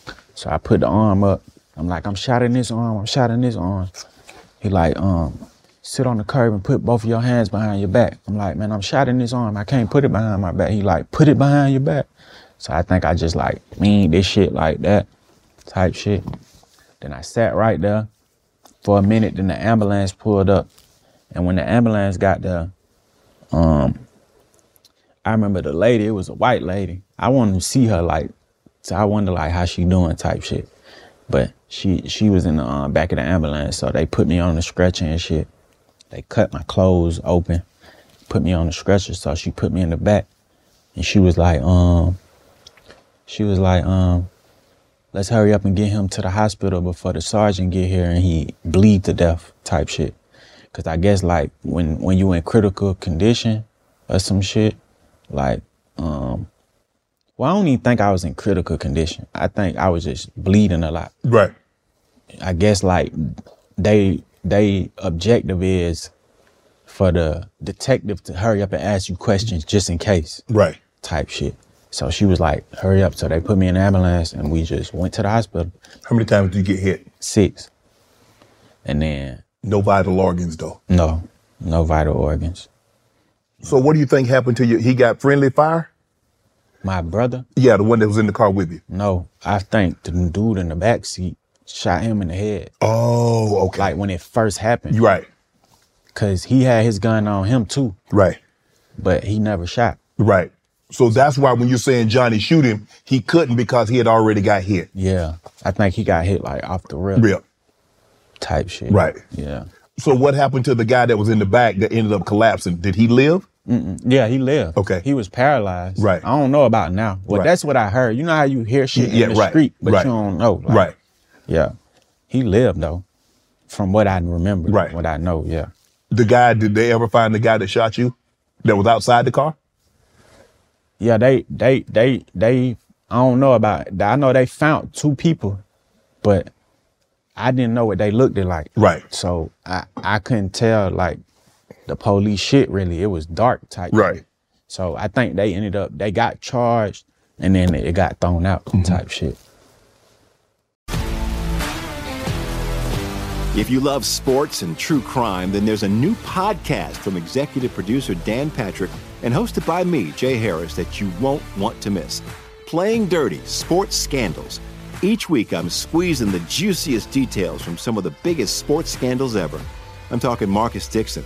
B: other
C: So I put the arm up. I'm like, I'm shot in this arm. I'm shot in this arm. He like, um, sit on the curb and put both of your hands behind your back. I'm like, man, I'm shot in this arm. I can't put it behind my back. He like, put it behind your back. So I think I just like mean this shit like that, type shit. Then I sat right there for a minute. Then the ambulance pulled up, and when the ambulance got there, um, I remember the lady. It was a white lady. I wanted to see her like, so I wonder like how she doing type shit. But she she was in the uh, back of the ambulance, so they put me on the stretcher and shit. They cut my clothes open, put me on the stretcher. So she put me in the back, and she was like, um, she was like, um, let's hurry up and get him to the hospital before the sergeant get here and he bleed to death type shit. Cause I guess like when when you in critical condition or some shit, like um, well I don't even think I was in critical condition. I think I was just bleeding a lot. Right. I guess like they they objective is for the detective to hurry up and ask you questions just in case. Right. Type shit. So she was like, hurry up. So they put me in the ambulance and we just went to the hospital. How many times did you get hit? Six. And then
B: No vital organs though.
C: no, no vital organs.
B: So what do you think happened to you? He got friendly fire?
C: My brother?
B: Yeah, the one that was in the car with you.
C: No, I think the dude in the back seat shot him in the head.
B: Oh, okay.
C: Like when it first happened.
B: Right.
C: Cause he had his gun on him too.
B: Right.
C: But he never shot.
B: Right. So that's why when you're saying Johnny shoot him, he couldn't because he had already got hit.
C: Yeah. I think he got hit like off the rip.
B: Rip.
C: Type shit.
B: Right.
C: Yeah.
B: So what happened to the guy that was in the back that ended up collapsing? Did he live?
C: Mm-mm. Yeah, he lived. Okay. He was paralyzed. Right. I don't know about now. Well,
B: Right.
C: that's what I heard. You know how you hear shit
B: Yeah,
C: in the
B: right,
C: street, but
B: right.
C: you don't know. like-
B: Right.
C: Yeah. He lived though, from what I remember. Right. What I know. Yeah.
B: The guy, did they ever find the guy that shot you that was outside the car?
C: Yeah. They. They. They. They. I don't know about. I know they found two people, but I didn't know what they looked like. Right. So I. I couldn't tell like the police shit. Really, it was dark type. Right. So I think they ended up. They got charged, and then it got thrown out type shit.
H: If you love sports and true crime, then there's a new podcast from executive producer Dan Patrick and hosted by me, Jay Harris, that you won't want to miss. Playing Dirty Sports Scandals. Each week, I'm squeezing the juiciest details from some of the biggest sports scandals ever. I'm talking Marcus Dixon,